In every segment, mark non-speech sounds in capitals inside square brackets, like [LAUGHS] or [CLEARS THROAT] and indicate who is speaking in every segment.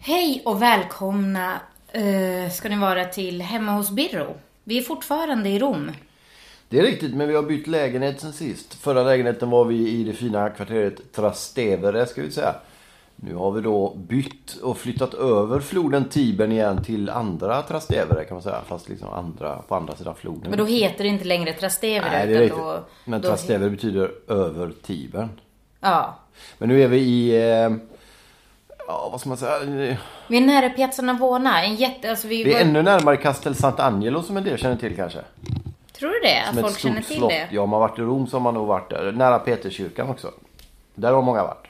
Speaker 1: Hej och välkomna eh, ska ni vara till Hemma hos Birro. Vi är fortfarande i Rom.
Speaker 2: Det är riktigt, men vi har bytt lägenhet sen sist. Förra lägenheten var vi i det fina kvarteret Trastevere ska vi säga. Nu har vi då bytt och flyttat över floden Tibern igen till andra Trastevere kan man säga. Fast liksom andra, på andra sidan floden.
Speaker 1: Men då heter det inte längre Trastevere.
Speaker 2: Nej, det är
Speaker 1: utan
Speaker 2: riktigt.
Speaker 1: då,
Speaker 2: Men
Speaker 1: då-
Speaker 2: Trastevere betyder över Tibern.
Speaker 1: Ja.
Speaker 2: Men nu är vi i... Eh, ja, vad ska man säga?
Speaker 1: Vi är nära Piazza Navona. En jätte... Alltså vi
Speaker 2: Det
Speaker 1: var-
Speaker 2: är ännu närmare Castel Sant'Angelo som en del känner till kanske.
Speaker 1: Tror du det? Att
Speaker 2: Som
Speaker 1: folk känner till det?
Speaker 2: Ja, om man varit i Rom så har man nog varit där. Nära Peterskyrkan också. Där har många varit.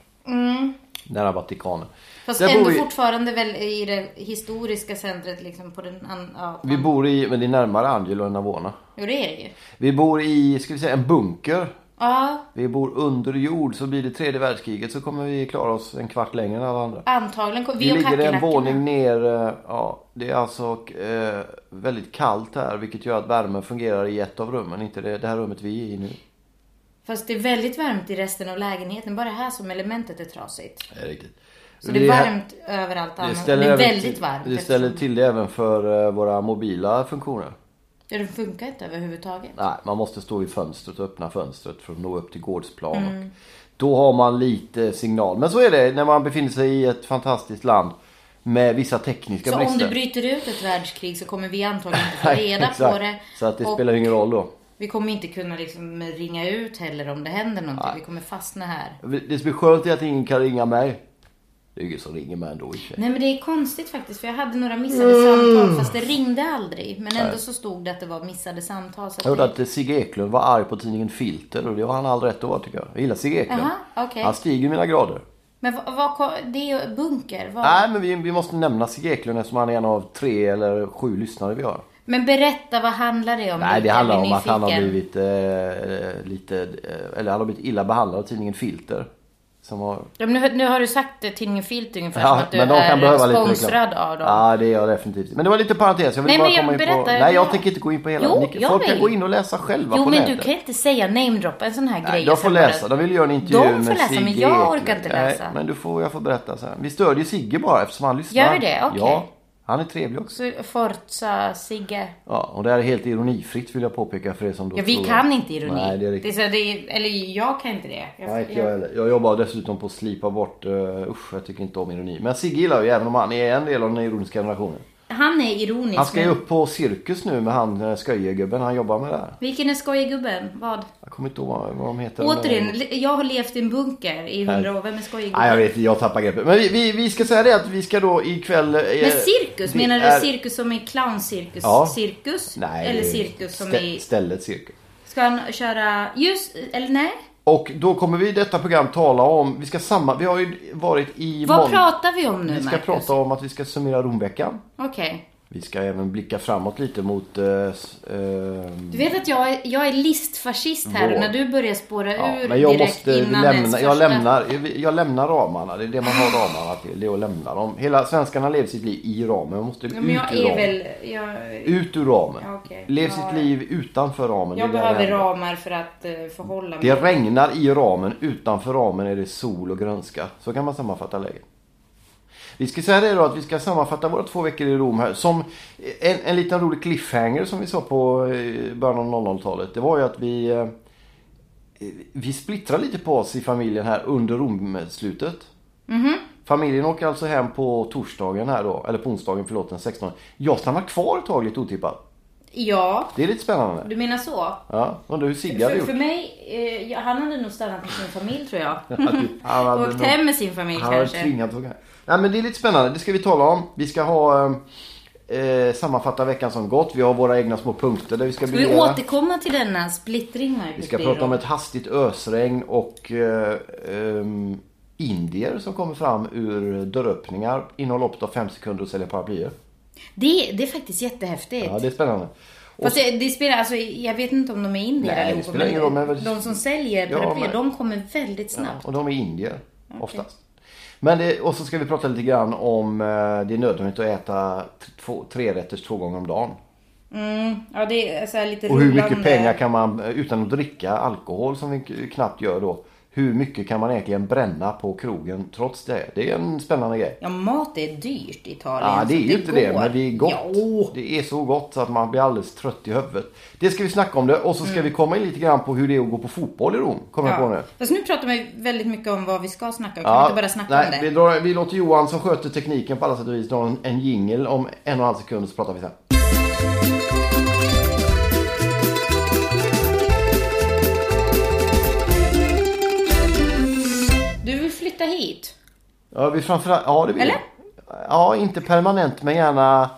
Speaker 2: Nära Vatikanen.
Speaker 1: Mm. Fast
Speaker 2: Där
Speaker 1: ändå
Speaker 2: bor vi,
Speaker 1: fortfarande väl i det historiska centret liksom på den... An... Ja,
Speaker 2: vi bor i, men det är närmare Angelo än Navona.
Speaker 1: Jo, det är det ju.
Speaker 2: Vi bor i, ska vi säga, en bunker.
Speaker 1: Ja,
Speaker 2: Vi bor under jord, så blir det tredje världskriget så kommer vi klara oss en kvart längre än alla andra.
Speaker 1: antagligen. kom-
Speaker 2: Vi
Speaker 1: och
Speaker 2: ligger en
Speaker 1: kackerlackorna.
Speaker 2: våning ner. eh, Ja, det är alltså eh, väldigt kallt här vilket gör att värmen fungerar i ett av rummen. Inte det, det här rummet vi är i nu.
Speaker 1: Fast det är väldigt varmt i resten av lägenheten. Bara här som elementet är trasigt.
Speaker 2: Det är riktigt.
Speaker 1: Så det är varmt överallt
Speaker 2: Det
Speaker 1: annat. Det,
Speaker 2: ställer,
Speaker 1: är
Speaker 2: även
Speaker 1: väldigt
Speaker 2: till,
Speaker 1: varmt.
Speaker 2: det ställer
Speaker 1: eftersom-
Speaker 2: till det även för eh, våra mobila funktioner.
Speaker 1: Ja, den funkar inte överhuvudtaget.
Speaker 2: Nej, man måste stå vid fönstret och öppna fönstret för att nå upp till gårdsplan.
Speaker 1: Mm.
Speaker 2: Och då har man lite signal. Men så är det när man befinner sig i ett fantastiskt land med vissa tekniska
Speaker 1: Så om
Speaker 2: brister.
Speaker 1: det bryter ut ett världskrig så kommer vi antagligen
Speaker 2: [LAUGHS]
Speaker 1: inte få reda
Speaker 2: Exakt.
Speaker 1: på det.
Speaker 2: Så att det
Speaker 1: och
Speaker 2: spelar ingen roll då.
Speaker 1: Vi kommer inte kunna liksom ringa ut heller om det händer någonting. Vi kommer fastna här.
Speaker 2: Det som är skönt är att ingen kan ringa mig. Det är ingen som ringer mig ändå i och för sig.
Speaker 1: Nej men det är konstigt faktiskt för jag hade några missade
Speaker 2: Mm.
Speaker 1: samtal fast det ringde aldrig. Men ändå så stod det att det var missade samtal. Så att
Speaker 2: Jag hörde
Speaker 1: det-
Speaker 2: att Sigge Eklund var arg på tidningen Filter och det har han all rätt att vara tycker jag. Jag gillar Sigge Eklund.
Speaker 1: Jaha, okej.
Speaker 2: Han stiger mina grader.
Speaker 1: Men vad, vad, ko- det är ju bunker. Vad...
Speaker 2: Nej men vi, vi måste nämna Sigge Eklund eftersom han är en av tre eller sju lyssnare vi har.
Speaker 1: Men berätta vad handlar det om?
Speaker 2: Nej det
Speaker 1: Mikael?
Speaker 2: handlar
Speaker 1: Jag är
Speaker 2: om att han har
Speaker 1: nyfiken.
Speaker 2: blivit eh, lite, eh, eller han har blivit illa behandlad av tidningen Filter. Som har...
Speaker 1: Ja, men nu, nu har du sagt det tidningen Filter ungefär som
Speaker 2: Ja,
Speaker 1: att du är sponsrad av dem.
Speaker 2: Ja det är jag definitivt. Men det var lite parentes. Jag vill
Speaker 1: Nej,
Speaker 2: bara
Speaker 1: men jag
Speaker 2: komma in på...
Speaker 1: berättar-
Speaker 2: Nej jag
Speaker 1: jag-
Speaker 2: tänker inte gå in på hela.
Speaker 1: Jo,
Speaker 2: Ni-
Speaker 1: jag
Speaker 2: Folk kan
Speaker 1: vill.
Speaker 2: gå in och läsa själva
Speaker 1: Jo
Speaker 2: på
Speaker 1: men
Speaker 2: nätet.
Speaker 1: du kan inte säga namedroppa en sån här grej.
Speaker 2: Nej, de får
Speaker 1: Jag ska
Speaker 2: läsa.
Speaker 1: bara-
Speaker 2: De vill göra en intervju
Speaker 1: De får
Speaker 2: med
Speaker 1: läsa,
Speaker 2: Sigge
Speaker 1: men jag orkar
Speaker 2: Eklund.
Speaker 1: inte läsa.
Speaker 2: Nej, men du får, jag får berätta sen. Vi stödjer Sigge bara eftersom han lyssnar.
Speaker 1: Gör vi det? Okej.
Speaker 2: Ja, han är trevlig också.
Speaker 1: Så Forza, Sigge.
Speaker 2: Ja, och det här är helt ironifritt vill jag påpeka för er som då
Speaker 1: Ja, vi
Speaker 2: tror-
Speaker 1: kan inte ironi.
Speaker 2: Nej, det är riktigt.
Speaker 1: så, det är, eller jag kan inte det. Jag,
Speaker 2: Nej, inte jag heller. Jag jobbar dessutom på att slipa bort, uh, usch jag tycker inte om ironi. Men Sigge gillar jag ju även om han är en del av den ironiska generationen.
Speaker 1: Han är ironisk.
Speaker 2: Han ska ju
Speaker 1: men-
Speaker 2: upp på cirkus nu med han eh, sköjegubben han jobbar med där.
Speaker 1: Vilken är skojigubben? Vad?
Speaker 2: Jag kommer inte ihåg vad, vad de heter.
Speaker 1: Återigen, le- jag har levt i en bunker i hundra år. Vem är skojigubben?
Speaker 2: Nej jag vet inte, jag tappar greppet. Men vi, vi, vi ska säga det att vi ska då ikväll... eh,
Speaker 1: Men cirkus,
Speaker 2: det
Speaker 1: menar du
Speaker 2: är-
Speaker 1: cirkus som är clowncirkus?
Speaker 2: Ja.
Speaker 1: Cirkus?
Speaker 2: Nej,
Speaker 1: eller
Speaker 2: det är
Speaker 1: cirkus som
Speaker 2: stä-
Speaker 1: är...
Speaker 2: Stället cirkus.
Speaker 1: Ska han köra ljus? Eller nej?
Speaker 2: Och då kommer vi i detta program tala om, vi ska samma, vi har ju varit i
Speaker 1: Vad
Speaker 2: mån-
Speaker 1: pratar vi om nu,
Speaker 2: Vi ska
Speaker 1: Marcus?
Speaker 2: prata om att vi ska summera Romveckan.
Speaker 1: Okej.
Speaker 2: Vi ska även blicka framåt lite mot... Eh, s- ehm,
Speaker 1: Du vet att jag är, jag är listfascist här
Speaker 2: Vår.
Speaker 1: och när du börjar spåra
Speaker 2: ja,
Speaker 1: ur
Speaker 2: men jag
Speaker 1: direkt
Speaker 2: måste
Speaker 1: innan ens
Speaker 2: lämna, jag
Speaker 1: första-
Speaker 2: lämnar, jag lämnar ramarna. Det är det man har ramarna till. Det är att lämna dem. Hela svenskarna lever sitt liv i ramen. Man måste
Speaker 1: Ja, men jag
Speaker 2: ut ur
Speaker 1: är
Speaker 2: ramen.
Speaker 1: väl... Jag,
Speaker 2: Ut ur ramen.
Speaker 1: Ja, okej.
Speaker 2: Lev
Speaker 1: Ja,
Speaker 2: sitt
Speaker 1: ja.
Speaker 2: liv utanför ramen.
Speaker 1: jag
Speaker 2: Det är där det
Speaker 1: behöver
Speaker 2: händer.
Speaker 1: ramar för att eh, förhålla mig.
Speaker 2: Det regnar i ramen, utanför ramen är det sol och grönska. Så kan man sammanfatta läget. Vi ska säga det då att vi ska sammanfatta våra två veckor i Rom här. Som en, en liten rolig cliffhanger som vi sa på eh, början av 00-talet. Det var ju att vi, eh, vi splittrar lite på oss i familjen här under Romslutet.
Speaker 1: Mhm.
Speaker 2: Familjen åker alltså hem på torsdagen här då, eller på onsdagen förlåt den 16. Jag stannar kvar ett tag lite otippat.
Speaker 1: Ja,
Speaker 2: Det är lite spännande.
Speaker 1: du menar så?
Speaker 2: Ja, undrar hur Sigge hade
Speaker 1: För,
Speaker 2: gjort.
Speaker 1: för mig, eh, ja, han hade nog stannat med sin familj tror jag.
Speaker 2: Han hade
Speaker 1: Åkt
Speaker 2: nog-
Speaker 1: hem med sin familj
Speaker 2: Han hade
Speaker 1: kanske.
Speaker 2: tvingat åka hem. Nej men det är lite spännande. Det ska vi tala om. Vi ska ha eh, eh, sammanfatta veckan som gått. Vi har våra egna små punkter där vi ska
Speaker 1: Ska vi
Speaker 2: briljera.
Speaker 1: återkomma till denna splittring Marcus
Speaker 2: Vi ska
Speaker 1: Birro?
Speaker 2: prata om ett hastigt ösregn och eh, ehm, indier som kommer fram ur dörröppningar inom loppet av fem sekunder och säljer paraplyer.
Speaker 1: det, det är faktiskt jättehäftigt.
Speaker 2: Ja, det är spännande. Och
Speaker 1: Fast det, det spelar, alltså, jag vet inte om de är indier
Speaker 2: Nej, det
Speaker 1: allihopa,
Speaker 2: spelar ingen roll, men väl-
Speaker 1: de som säljer
Speaker 2: Ja,
Speaker 1: paraplyer,
Speaker 2: men-
Speaker 1: de kommer väldigt snabbt.
Speaker 2: Och de är indier oftast. Men det, och så ska vi prata lite grann om eh, det är nödvändigt att äta t- två, tre rätters två gånger om dagen.
Speaker 1: Mm, ja, det är så här lite
Speaker 2: Och hur mycket
Speaker 1: rullande.
Speaker 2: pengar kan man eh, utan att dricka alkohol som vi k- knappt gör då. Hur mycket kan man egentligen bränna på krogen trots det? Det är en spännande grej.
Speaker 1: Ja, mat är dyrt i Italien.
Speaker 2: Ja, det är
Speaker 1: så
Speaker 2: ju inte det,
Speaker 1: går.
Speaker 2: men det är gott.
Speaker 1: Ja,
Speaker 2: Det är så gott så att man blir alldeles trött i huvudet. Det ska vi snacka om det och så ska vi komma in lite grann på hur det är att gå på fotboll i Rom. Kommer jag på nu.
Speaker 1: Mm. Ja. Fast nu pratar vi väldigt mycket om vad vi ska snacka om. Kan vi
Speaker 2: Ja,
Speaker 1: inte bara snacka
Speaker 2: nej,
Speaker 1: om det?
Speaker 2: Vi, drar, vi låter Johan som sköter tekniken på alla sätt och vis dra en, en jingle om en och en halv sekund så pratar vi sen.
Speaker 1: Du vill flytta hit?
Speaker 2: Ja, vi framförallt, ja det vill
Speaker 1: Eller?
Speaker 2: vi. Ja, inte permanent men gärna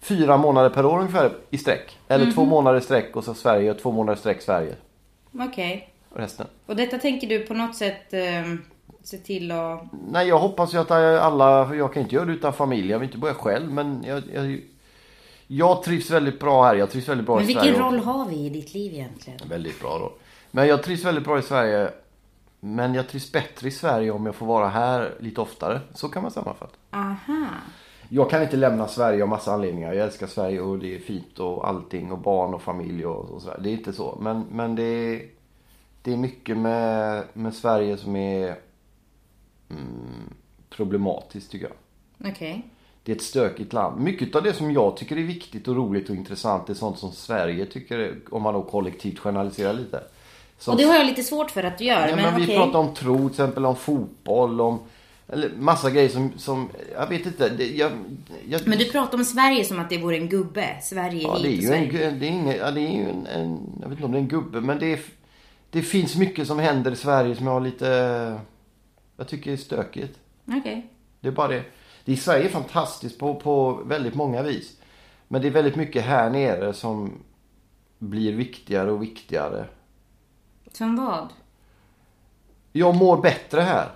Speaker 2: fyra månader per år ungefär i sträck. Eller två
Speaker 1: Mhm.
Speaker 2: månader i sträck och så Sverige och två månader i sträck Sverige.
Speaker 1: Okej.
Speaker 2: Och resten.
Speaker 1: Och detta tänker du på något sätt eh, se till att...
Speaker 2: Nej, jag hoppas ju att alla, för jag kan inte göra det utan familj. Jag vill inte börja själv men jag, jag, jag trivs väldigt bra här. Jag trivs väldigt bra
Speaker 1: Men
Speaker 2: i
Speaker 1: vilken
Speaker 2: Sverige.
Speaker 1: roll har vi i ditt liv egentligen?
Speaker 2: Väldigt bra då. Men jag trivs väldigt bra i Sverige. Men jag trivs bättre i Sverige om jag får vara här lite oftare. Så kan man sammanfatta.
Speaker 1: Aha.
Speaker 2: Jag kan inte lämna Sverige av massa anledningar. Jag älskar Sverige och det är fint och allting och barn och familj och, och sådär. Det är inte så. Men, men det, är, det är mycket med, med Sverige som är mm, problematiskt tycker jag.
Speaker 1: Okej.
Speaker 2: Det är ett stökigt land. Mycket av det som jag tycker är viktigt och roligt och intressant är sånt som Sverige tycker, är, om man då kollektivt generaliserar lite. Som
Speaker 1: Och det har jag lite svårt för att du gör.
Speaker 2: Nej,
Speaker 1: men
Speaker 2: men vi
Speaker 1: okej.
Speaker 2: pratar om tro till exempel, om fotboll, om eller massa grejer som, som jag vet inte. Det, jag, jag,
Speaker 1: Men du pratar om Sverige som att det vore en gubbe. Sverige
Speaker 2: ja,
Speaker 1: hit
Speaker 2: det är
Speaker 1: och
Speaker 2: ju
Speaker 1: Sverige.
Speaker 2: en, gu- det är inget, ja, det är ju en, en, jag vet inte om det är en gubbe, men det, är, det finns mycket som händer i Sverige som jag har lite, jag tycker är stökigt.
Speaker 1: Okej.
Speaker 2: Det är bara det. det är Sverige är fantastiskt på, på väldigt många vis. Men det är väldigt mycket här nere som blir viktigare och viktigare.
Speaker 1: Som vad?
Speaker 2: Jag mår bättre här,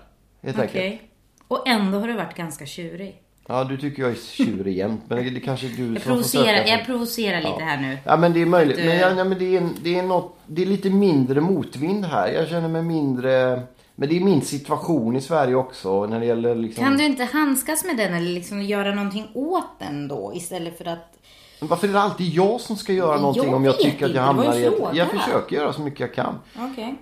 Speaker 2: helt
Speaker 1: Okej.
Speaker 2: enkelt.
Speaker 1: Och ändå har du varit ganska tjurig.
Speaker 2: Ja, du tycker jag är tjurig jämt. Men det kanske är du
Speaker 1: Jag
Speaker 2: som får söka
Speaker 1: provocerar,
Speaker 2: sig.
Speaker 1: jag provocerar lite här nu.
Speaker 2: Ja, men det är möjligt.
Speaker 1: Du-
Speaker 2: Men, ja, nej, men det, är, det, är något, det är lite mindre motvind här. Jag känner mig mindre... Men det är min situation i Sverige också när det gäller liksom...
Speaker 1: Kan du inte handskas med den eller liksom göra någonting åt den då istället för att...
Speaker 2: Men Varför är det alltid jag som ska göra
Speaker 1: Jag
Speaker 2: någonting om jag
Speaker 1: vet
Speaker 2: tycker att
Speaker 1: inte,
Speaker 2: jag
Speaker 1: det var ju
Speaker 2: hamnar i... ett-
Speaker 1: frågan.
Speaker 2: Jag försöker göra så mycket jag kan.
Speaker 1: Okej.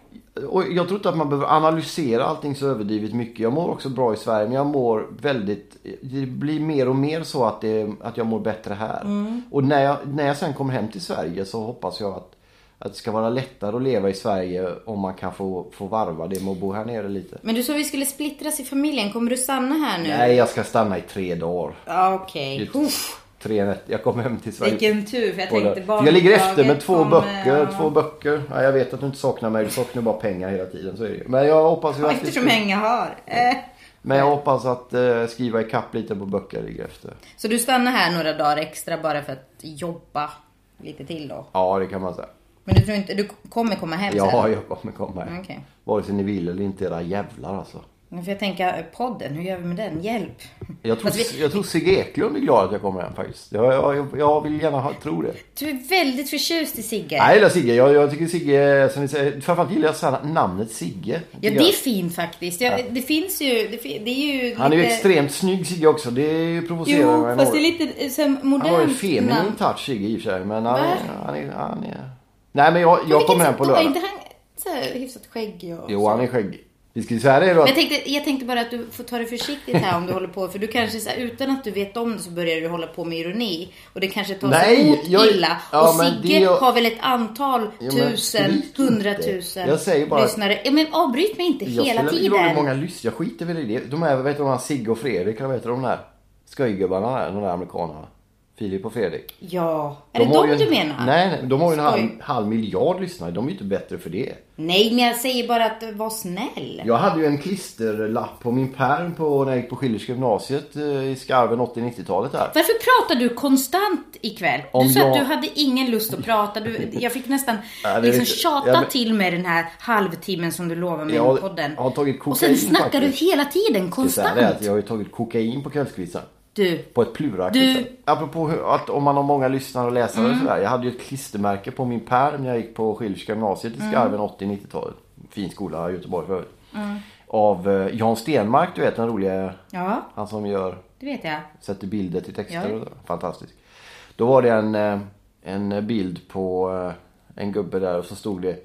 Speaker 2: Och jag tror inte att man behöver analysera allting så överdrivet mycket. Jag mår också bra i Sverige men jag mår väldigt... Det blir mer och mer så att, det, att jag mår bättre här.
Speaker 1: Mm.
Speaker 2: Och när jag, när jag sen kommer hem till Sverige så hoppas jag att, att det ska vara lättare att leva i Sverige om man kan få, få varva det med att bo här nere lite.
Speaker 1: Men du sa vi skulle splittras i familjen. Kommer du stanna här nu?
Speaker 2: Nej, jag ska stanna i tre dagar.
Speaker 1: Ja, Okej.
Speaker 2: Just
Speaker 1: Uff,
Speaker 2: Tre nätter. Jag kommer hem till Sverige.
Speaker 1: Vilken tur, för jag
Speaker 2: Kolla.
Speaker 1: tänkte barnbidraget
Speaker 2: jag ligger efter med två
Speaker 1: kommer-
Speaker 2: böcker. Två böcker. Ja, jag vet att du inte saknar mig. Du saknar bara pengar hela tiden. Så är det. ju. Men jag hoppas ju att... det
Speaker 1: Eftersom
Speaker 2: ska-
Speaker 1: jag inga har. Eh,
Speaker 2: Men jag hoppas att eh, skriva ikapp lite på böcker ligger efter.
Speaker 1: Så du stannar här några dagar extra bara för att jobba lite till då?
Speaker 2: Ja, det kan man säga.
Speaker 1: Men du tror inte, du kommer komma hem
Speaker 2: Ja,
Speaker 1: sen?
Speaker 2: jag kommer komma hem.
Speaker 1: Okej.
Speaker 2: Vare sig ni vill eller inte, era jävlar alltså.
Speaker 1: Nu får jag tänka, podden, hur gör vi med den? Hjälp!
Speaker 2: Jag tror,
Speaker 1: Fast vi-
Speaker 2: jag tror Sigge Eklund är glad att jag kommer hem faktiskt. Jag, jag, jag vill gärna ha, tro det.
Speaker 1: Du är väldigt förtjust i Sigge.
Speaker 2: Nej, jag gillar Sigge. Jag, jag tycker Sigge, eh, som ni säger, framförallt gillar jag så här namnet Sigge.
Speaker 1: Ja,
Speaker 2: Tycker
Speaker 1: det är
Speaker 2: jag.
Speaker 1: fint faktiskt. Ja, Det finns ju, det, fi- det är ju
Speaker 2: Han är ju
Speaker 1: lite...
Speaker 2: extremt snygg Sigge också. Det är ju provocerande.
Speaker 1: Jo,
Speaker 2: med
Speaker 1: fast det är
Speaker 2: några.
Speaker 1: lite eh, så här,
Speaker 2: Han har ju en
Speaker 1: modernt
Speaker 2: feminin
Speaker 1: namn.
Speaker 2: touch Sigge i och för sig. Men han,
Speaker 1: Va?
Speaker 2: är- han, är, han är... Nej, men jag, jag
Speaker 1: Vilket
Speaker 2: kommer hem
Speaker 1: sätt
Speaker 2: på
Speaker 1: då? Är
Speaker 2: lördag.
Speaker 1: inte han så här, hyfsat skäggig och
Speaker 2: Jo, han är skäggig. Vi ska ju säga det då.
Speaker 1: Men
Speaker 2: att-
Speaker 1: jag tänkte, jag tänkte bara att du får ta det försiktigt här om du håller på. För du kanske så här, utan att du vet om det så börjar du hålla på med ironi. Och det kanske tar sig
Speaker 2: Nej,
Speaker 1: emot
Speaker 2: jag-
Speaker 1: illa.
Speaker 2: ja,
Speaker 1: och
Speaker 2: men
Speaker 1: Sigge
Speaker 2: det jag-
Speaker 1: har väl ett antal
Speaker 2: Ja, men
Speaker 1: tusen,
Speaker 2: skrik inte.
Speaker 1: hundratusen
Speaker 2: Jag säger bara-
Speaker 1: lyssnare. Ja, men avbryt mig inte
Speaker 2: Jag
Speaker 1: hela
Speaker 2: spelar ingen roll hur
Speaker 1: tiden.
Speaker 2: många lyssnar. Jag skiter väl i det. De här, vad heter de här, Sigge och Fredrik, eller vad heter de där? Sköjgubbarna där, de där amerikanerna. Filip och Fredrik.
Speaker 1: Ja, är det dem
Speaker 2: ju
Speaker 1: du menar?
Speaker 2: Nej, nej, de har ju en halv,
Speaker 1: Skoj.
Speaker 2: halv miljard lyssnare. De är ju inte bättre för det.
Speaker 1: Nej, men jag säger bara att eh, var snäll.
Speaker 2: Jag hade ju en klisterlapp på min pärm på, när jag gick på Schillerska gymnasiet eh, i skarven 80-90-talet där.
Speaker 1: Varför pratar du konstant ikväll?
Speaker 2: Om
Speaker 1: du sa
Speaker 2: jag-
Speaker 1: att du hade ingen lust att prata.
Speaker 2: [LAUGHS]
Speaker 1: Du, jag fick nästan
Speaker 2: det är
Speaker 1: liksom
Speaker 2: riktigt.
Speaker 1: tjata
Speaker 2: Jag-
Speaker 1: till mig den här halvtimmen som du lovade mig
Speaker 2: Jag-
Speaker 1: i podden.
Speaker 2: jag har tagit
Speaker 1: Och sen
Speaker 2: kokain
Speaker 1: snackar
Speaker 2: faktiskt.
Speaker 1: du hela tiden,
Speaker 2: Det är så här, det är
Speaker 1: konstant.
Speaker 2: att jag har ju tagit kokain på kvällskvisten.
Speaker 1: Du,
Speaker 2: På ett plurak.
Speaker 1: Du- Mm.
Speaker 2: liksom. Apropå hur- att om man har många lyssnare och läsare och sådär. Jag hade ju ett klistermärke på min pärm när jag gick på Schillerska gymnasiet
Speaker 1: Mm.
Speaker 2: i skarven 80-90-talet. Fin skola i Göteborg för övrigt.
Speaker 1: Mm.
Speaker 2: Av eh, Jan Stenmark, du vet den roliga.
Speaker 1: ja,
Speaker 2: Han som gör
Speaker 1: det vet jag.
Speaker 2: Sätter bilder till texter
Speaker 1: Ja.
Speaker 2: och så. Fantastiskt. Då var det en, eh, en bild på eh, en gubbe där och så stod det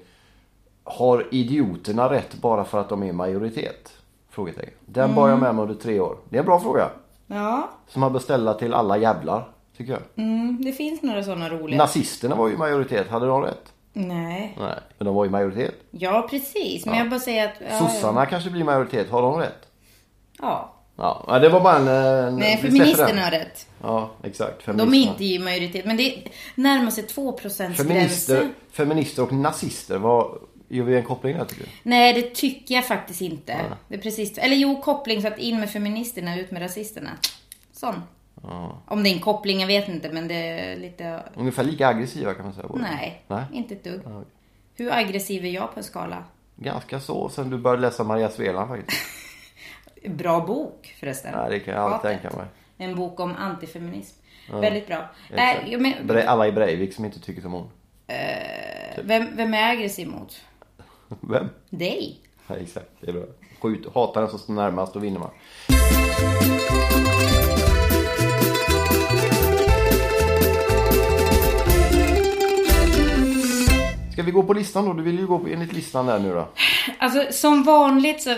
Speaker 2: Har idioterna rätt bara för att de är majoritet? Frågetecken. Den bar
Speaker 1: Mm.
Speaker 2: jag med mig under tre år. Det är en bra fråga.
Speaker 1: Ja,
Speaker 2: Som man bör ställa till alla jävlar. Tycker jag.
Speaker 1: mm, det finns några sådana roliga.
Speaker 2: Nazisterna var ju i majoritet. Hade de rätt?
Speaker 1: Nej.
Speaker 2: Nej. Men de var i majoritet.
Speaker 1: Ja, precis. Men jag bara säger att... Ja,
Speaker 2: Sossarna kanske blir majoritet. Har de rätt?
Speaker 1: Ja.
Speaker 2: Ja, ja, det var bara en... en
Speaker 1: Nej,
Speaker 2: vi släpper den.
Speaker 1: feministerna har rätt.
Speaker 2: Ja, exakt.
Speaker 1: De är
Speaker 2: Feministerna.
Speaker 1: inte i majoritet. Men det närmar sig 2%
Speaker 2: Feminister,
Speaker 1: gränsen.
Speaker 2: feminister och nazister, vad, gör vi en koppling där tycker du?
Speaker 1: Nej, det tycker jag faktiskt inte. Det är precis, eller jo, koppling så att in med feministerna, ut med rasisterna. Sån. Om det är en koppling, jag vet inte, men det är lite...
Speaker 2: Ungefär lika aggressiva kan man säga. båda.
Speaker 1: Nej,
Speaker 2: Nej.
Speaker 1: inte ett dugg. Hur aggressiv är jag på en skala?
Speaker 2: Ganska så, sen du började läsa Maria Sveland faktiskt.
Speaker 1: Bra bok förresten.
Speaker 2: Nej, det kan jag aldrig
Speaker 1: Hatet.
Speaker 2: tänka mig.
Speaker 1: En bok om antifeminism. Väldigt bra. Nej, jag men,
Speaker 2: Bre- Alla i Breivik som inte tycker om hon. [LAUGHS]
Speaker 1: eh, vem, vem är jag aggressiv mot?
Speaker 2: Vem?
Speaker 1: Dig.
Speaker 2: Ja, exakt, det är bra. Skjut, hata den som står närmast, då vinner man. Ska vi gå på listan då? Du vill ju gå på, enligt listan där nu då.
Speaker 1: Alltså som vanligt så...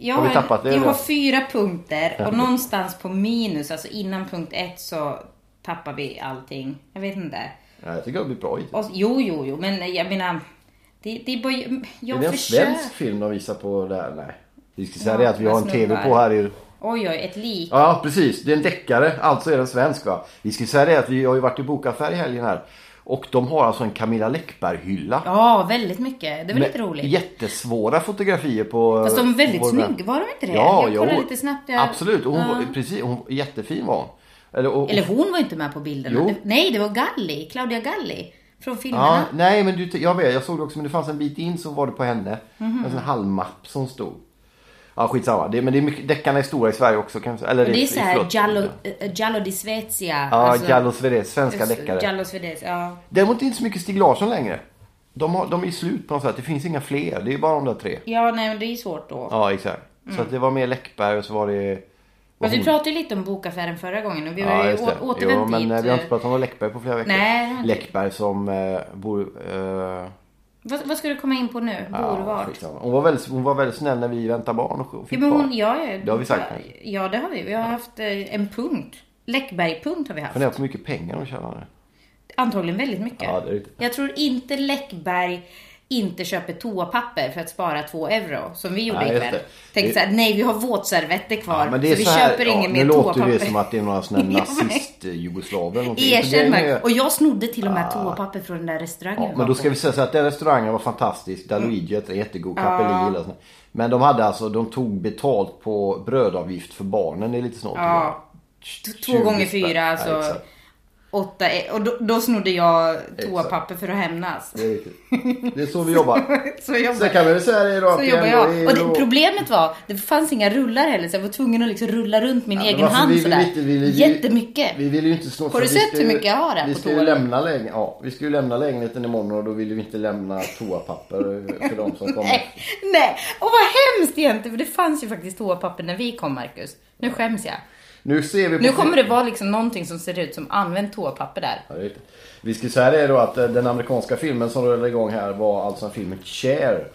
Speaker 1: Jag
Speaker 2: Har
Speaker 1: har,
Speaker 2: vi tappat det,
Speaker 1: jag
Speaker 2: eller?
Speaker 1: har fyra punkter och någonstans på minus, alltså innan punkt ett så tappar vi allting. Jag vet inte.
Speaker 2: Ja, jag tycker det blir bra hit.
Speaker 1: Och, jo, jo, jo, men jag menar... Det, det är bara...
Speaker 2: Är
Speaker 1: Jag
Speaker 2: det en
Speaker 1: försöker...
Speaker 2: svensk film de visar på där? Nej. Vi ska säga
Speaker 1: Ja,
Speaker 2: det att vi har en
Speaker 1: med
Speaker 2: TV på
Speaker 1: snubbar.
Speaker 2: här i...
Speaker 1: Oj, oj, ett lik.
Speaker 2: Ja precis, det är en deckare. Alltså är den svensk va. Vi ska säga det att vi har ju varit i bokaffär i helgen här. Och de har alltså en Camilla Läckberg-hylla.
Speaker 1: Ja, väldigt mycket. Det var lite
Speaker 2: Med
Speaker 1: roligt.
Speaker 2: Jättesvåra fotografier på...
Speaker 1: Fast de är väldigt
Speaker 2: vår vän.
Speaker 1: snygga, var de inte det?
Speaker 2: Ja,
Speaker 1: jag kollade
Speaker 2: jo,
Speaker 1: lite snabbt. Jag...
Speaker 2: Absolut, och hon
Speaker 1: Ja.
Speaker 2: var, precis, hon, jättefin var hon. Eller, och, och,
Speaker 1: Eller hon var inte med på bilderna.
Speaker 2: Jo.
Speaker 1: Det- Nej, det var Galli, Claudia Galli. Från
Speaker 2: ja,
Speaker 1: filmerna.
Speaker 2: Nej men du, jag vet, jag såg det också men det fanns en bit in så var det på henne.
Speaker 1: Mhm.
Speaker 2: En sån halvmapp som stod. Ja skitsamma, det, men det är mycket, deckarna är stora i Sverige också kan vi säga. Eller
Speaker 1: Och det är
Speaker 2: i-
Speaker 1: såhär
Speaker 2: förlåt.
Speaker 1: Giallo, eh, Giallo di Svezia.
Speaker 2: Ja,
Speaker 1: alltså-
Speaker 2: Gallo Svedés, svenska
Speaker 1: Just-
Speaker 2: deckare.
Speaker 1: Giallo Svedese, ja.
Speaker 2: Däremot är det inte så mycket Stig Larsson längre. De, har, de är slut på något sätt. Det finns inga fler. Det är bara de där tre.
Speaker 1: Ja, nej men det är ju svårt då.
Speaker 2: Ja, exakt.
Speaker 1: Mm.
Speaker 2: Så att det var mer Läckberg och så var det...
Speaker 1: Fast vi pratade ju lite om bokaffären förra gången och vi har
Speaker 2: Ja,
Speaker 1: ju
Speaker 2: just det.
Speaker 1: å- återvänt
Speaker 2: Jo, men eh,
Speaker 1: dit.
Speaker 2: vi har inte pratat om Läckberg på flera veckor.
Speaker 1: Nej, det har inte.
Speaker 2: Läckberg som eh, bor... Eh,
Speaker 1: vad, vad ska du komma in på nu? Bor
Speaker 2: ja,
Speaker 1: vart?
Speaker 2: skitsamma. hon, var väldigt, hon var väldigt snäll när vi väntade barn och
Speaker 1: Ja,
Speaker 2: fick
Speaker 1: men hon,
Speaker 2: barn.
Speaker 1: ja, ja,
Speaker 2: Det har vi sagt.
Speaker 1: Ja, det har vi. Vi har haft eh, en punkt. Läckberg-punkt har vi haft.
Speaker 2: Funderar på hur mycket pengar hon tjänar nu.
Speaker 1: Antagligen väldigt mycket.
Speaker 2: Ja, det är riktigt.
Speaker 1: Jag tror inte Läckberg inte köper toapapper för att spara två euro som vi gjorde
Speaker 2: Nej, just
Speaker 1: ikväll.
Speaker 2: det.
Speaker 1: Tänkte
Speaker 2: Det-
Speaker 1: såhär, nej vi har våtservetter kvar
Speaker 2: men det är
Speaker 1: så vi
Speaker 2: så här,
Speaker 1: köper
Speaker 2: ja,
Speaker 1: ingen
Speaker 2: nu
Speaker 1: mer
Speaker 2: låter
Speaker 1: toapapper.
Speaker 2: det som att det är några
Speaker 1: [LAUGHS]
Speaker 2: såna
Speaker 1: Ja, men-
Speaker 2: nazist-jugoslaver. eller någonting.
Speaker 1: Erkänn
Speaker 2: För grejen är
Speaker 1: mig.
Speaker 2: ju-
Speaker 1: Och jag snodde till och med toapapper från den där restaurangen.
Speaker 2: Ja,
Speaker 1: vi var
Speaker 2: men då
Speaker 1: på.
Speaker 2: ska vi säga så att den restaurangen var fantastisk. Där
Speaker 1: Mm.
Speaker 2: Luigi är jättegod, Capelli och sånt. Men de hade alltså, de tog betalt på brödavgift för barnen. Det är lite snålt.
Speaker 1: Ja.
Speaker 2: tycker jag.
Speaker 1: T- Två gånger
Speaker 2: 20 spänn.
Speaker 1: fyra,
Speaker 2: Ja,
Speaker 1: alltså.
Speaker 2: exakt.
Speaker 1: Åtta, e- och då, då snodde jag toapapper för att hämnas.
Speaker 2: Det är riktigt. Det är så vi jobbar.
Speaker 1: [LAUGHS] Så jag
Speaker 2: Sen
Speaker 1: bara,
Speaker 2: kan vi väl säga det då att
Speaker 1: så
Speaker 2: det
Speaker 1: jobbar
Speaker 2: ändå är
Speaker 1: jag. Och
Speaker 2: då-
Speaker 1: det, problemet var, det fanns inga rullar heller så jag var tvungen att liksom rulla runt min
Speaker 2: Ja, men
Speaker 1: egen
Speaker 2: varför
Speaker 1: hand
Speaker 2: vill vi
Speaker 1: sådär.
Speaker 2: inte- vill vi- vi-
Speaker 1: Jättemycket.
Speaker 2: Vi vill ju inte slå
Speaker 1: Har du
Speaker 2: för vi
Speaker 1: sett
Speaker 2: ska
Speaker 1: hur
Speaker 2: ju-
Speaker 1: mycket jag har här
Speaker 2: vi
Speaker 1: på
Speaker 2: ska ju
Speaker 1: toaletten?
Speaker 2: lämna lägen... ja, Vi ska ju lämna lägenheten imorgon och då vill vi inte lämna toapapper för de som kommer.
Speaker 1: Nej, nej. Och vad hemskt egentligen för det fanns ju faktiskt toapapper när vi kom Marcus. Nu skäms jag.
Speaker 2: Nu ser vi på
Speaker 1: Nu kommer det vara liksom någonting som ser ut som använt toapapper där.
Speaker 2: Ja, det är riktigt. Vi ska säga det då att eh, den amerikanska filmen som rullade igång här var alltså filmen Cher.